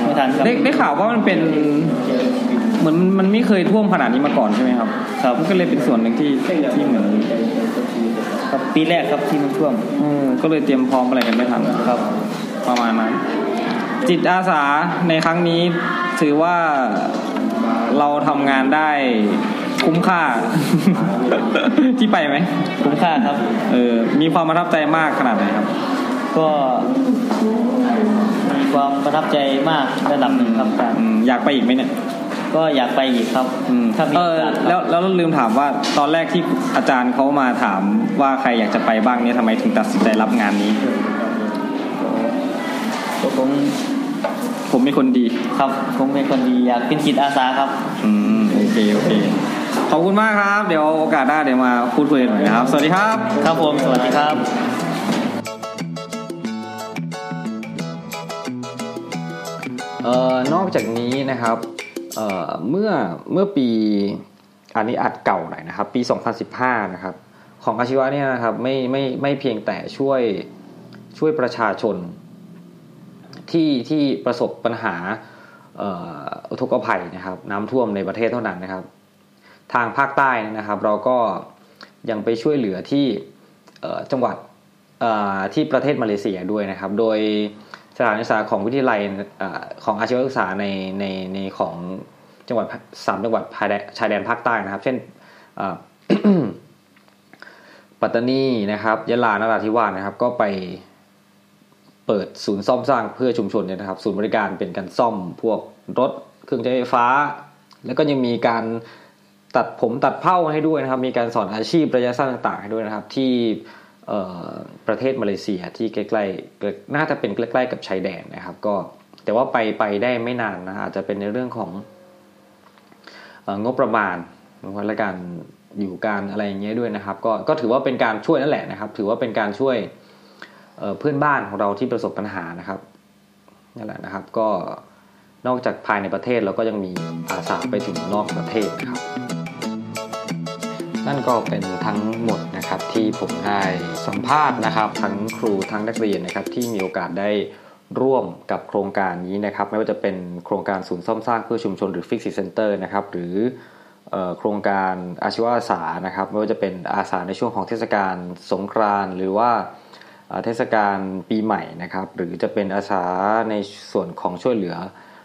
Speaker 9: ไม่ทันครับ
Speaker 1: ได้ได้ข่าวว่ามันเป็นเหมือนมันไม่เคยท่วมขนาดนี้มาก่อนใช่ไหมครับ
Speaker 9: ครับ
Speaker 1: มันก็เลยเป็นส่วนหนึ่งที่ที่เหมือน
Speaker 9: ครับปีแรกครับที่มันท่วม
Speaker 1: อืมก็เลยเตรียมพร้อมอะไรกันไม่ทัน
Speaker 9: ครับ
Speaker 1: ประมาณนั้น จิตอาสาในครั้งนี้ถือว่าเราทำงานได้คุ้มค่า [laughs] ที่ไปไหม
Speaker 9: คุ้มค่าครับ
Speaker 1: เออมีความประทับใจมากขนาดไหนครับ
Speaker 9: ก็มีความประทับใจมากระดับหนึ่งครับอาจารย์
Speaker 1: อืมอยากไปอีกไหมเนี่ย
Speaker 9: ก็อยากไปอีกครับ
Speaker 1: อืม
Speaker 9: ถ้ามี
Speaker 1: เอ
Speaker 9: โอ
Speaker 1: อก
Speaker 9: าสครับ
Speaker 1: แล้วแล้วลืมถามว่าตอนแรกที่อาจารย์เขามาถามว่าใครอยากจะไปบ้างเนี่ยทำไมถึงตัดสินใจรับงานนี้
Speaker 9: ผม
Speaker 1: ผมเป็นคนดี
Speaker 9: ครับผมเป็นคนดีอยากเป็นจิตอาสาครับ
Speaker 1: อืมโอเคโอเค
Speaker 12: ขอบคุณมากครับ เดี๋ยวโอกาสหน้าเดี๋ยวมาพูดคุยกันหน่อยนะครับ สวัสดีครับ
Speaker 13: ครับผมสวัสดีครับ
Speaker 1: เอ่อนอกจากนี้นะครับเอ่อเมื่อเมื่อปีอันนี้อัดเก่าหน่อยนะครับปี 2015 นะครับของอาชีวะเนี่ยนะครับไม่ไม่ไม่เพียงแต่ช่วยช่วยประชาชน ที่ที่ประสบปัญหาเอ่ออุทกภัยนะครับน้ำท่วมในประเทศเท่านั้นนะครับ ทางภาคใต้นะครับ เราก็ยังไปช่วยเหลือที่เอ่อจังหวัดเอ่อที่ประเทศมาเลเซียด้วยนะครับ โดย สถานศึกษาของวิทยาลัยเอ่อของอาชีวศึกษาในในในของจังหวัดสามจังหวัดภายแดนชายแดนภาคใต้นะครับ เช่นเอ่อ [coughs] ปัตตานีนะครับยะลานราธิวาสนะครับ ก็ไปเปิดศูนย์ซ่อมสร้างเพื่อชุมชนเนี่ยนะครับ ศูนย์บริการเป็นการซ่อมพวกรถเครื่องใช้ไฟฟ้า แล้วก็ยังมีการตัดผมตัดเผ้าให้ด้วยนะครับ มีการสอนอาชีพระยะสั้นต่างๆให้ด้วยนะครับ ที่ เอ่อประเทศมาเลเซียที่ใกล้ๆใกล้น่าจะเป็นใกล้ๆกับชายแดนนะครับ ก็แต่ว่าไปไปได้ไม่นานนะอาจจะเป็นในเรื่องของเอ่องบประมาณนะครับและการอยู่การอะไรอย่างเงี้ยด้วยนะครับ ก็ก็ถือว่าเป็นการช่วยนั่นแหละนะครับ ถือว่าเป็นการช่วยเอ่อเพื่อนบ้านของเราที่ประสบปัญหานะครับนั่นแหละนะครับ ก็นอกจากภายในประเทศเราก็ยังมีอาสาไปถึงนอกประเทศนะครับ นั่นก็เป็นทั้งหมดนะครับที่ผมได้สัมภาษณ์นะครับ ทั้งครูทั้งนักเรียนนะครับที่มีโอกาสได้ร่วมกับโครงการนี้นะครับ ไม่ว่าจะเป็นโครงการศูนย์ซ่อมสร้างเพื่อชุมชนหรือ Fix It Center นะครับหรือเอ่อโครงการอาชีวอาสานะครับ ไม่ว่าจะเป็นอาสาในช่วงของเทศกาลสงกรานต์หรือว่าเอ่อเทศกาลปีใหม่นะครับ หรือจะเป็นอาสาในส่วนของช่วยเหลือ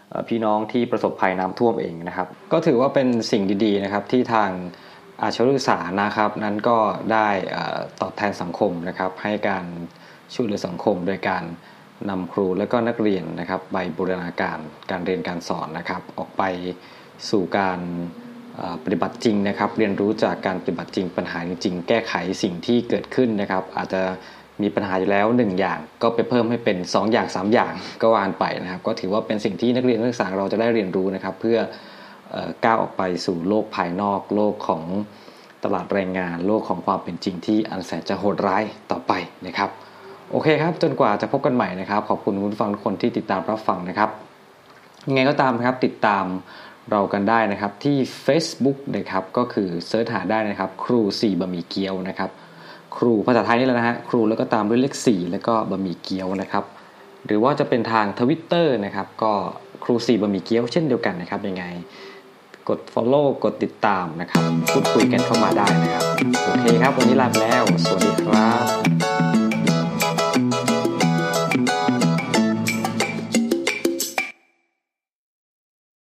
Speaker 1: เอ่อพี่น้องที่ประสบภัยน้ำท่วมเองนะครับ ก็ถือว่าเป็นสิ่งดีๆนะครับที่ทางอาชีวศึกษานะครับ นั้นก็ได้เอ่อตอบแทนสังคมนะครับ ให้การช่วยเหลือสังคม โดยการนำครูและก็นักเรียนนะครับไปบูรณาการการเรียนการสอนนะครับ ออกไปสู่การเอ่อปฏิบัติจริงนะครับ เรียนรู้จากการปฏิบัติจริง ปัญหาจริงๆแก้ไขสิ่งที่เกิดขึ้นนะครับ อาจจะมีปัญหาอยู่แล้ว 1 อย่างก็ไปเพิ่มให้เป็น 2 อย่าง 3 อย่างก็วานไปนะครับ ก็ถือว่าเป็นสิ่งที่นักเรียนนักศึกษาเราจะได้เรียนรู้นะครับ เพื่อเอ่อก้าวออกไปสู่โลกภายนอกโลกของตลาดแรงงาน โลกของความเป็นจริงที่อันแสนจะโหดร้ายต่อไปนะครับ โอเคครับ จนกว่าจะพบกันใหม่นะครับ ขอบคุณคุณผู้ฟังทุกคนที่ติดตามรับฟังนะครับ ยังไงก็ตามนะครับติดตามเรากันได้นะครับที่ Facebook นะครับก็คือเสิร์ชหาได้นะครับ ครู4บะหมี่เกี๊ยวนะครับ ครูภาษาไทยนี่แหละนะฮะครูแล้วก็ตามด้วยเลข4แล้วก็บะหมี่เกี๊ยวนะครับ หรือว่าจะเป็นทางทวิตเตอร์นะครับ ก็ครู4บะหมี่เกี๊ยวเช่นเดียวกันนะครับยังไง กด Follow กดติดตามนะครับ พูดคุยกันเข้ามาได้นะครับ โอเคครับ วันนี้ลาไปแล้ว สวัสดีครับ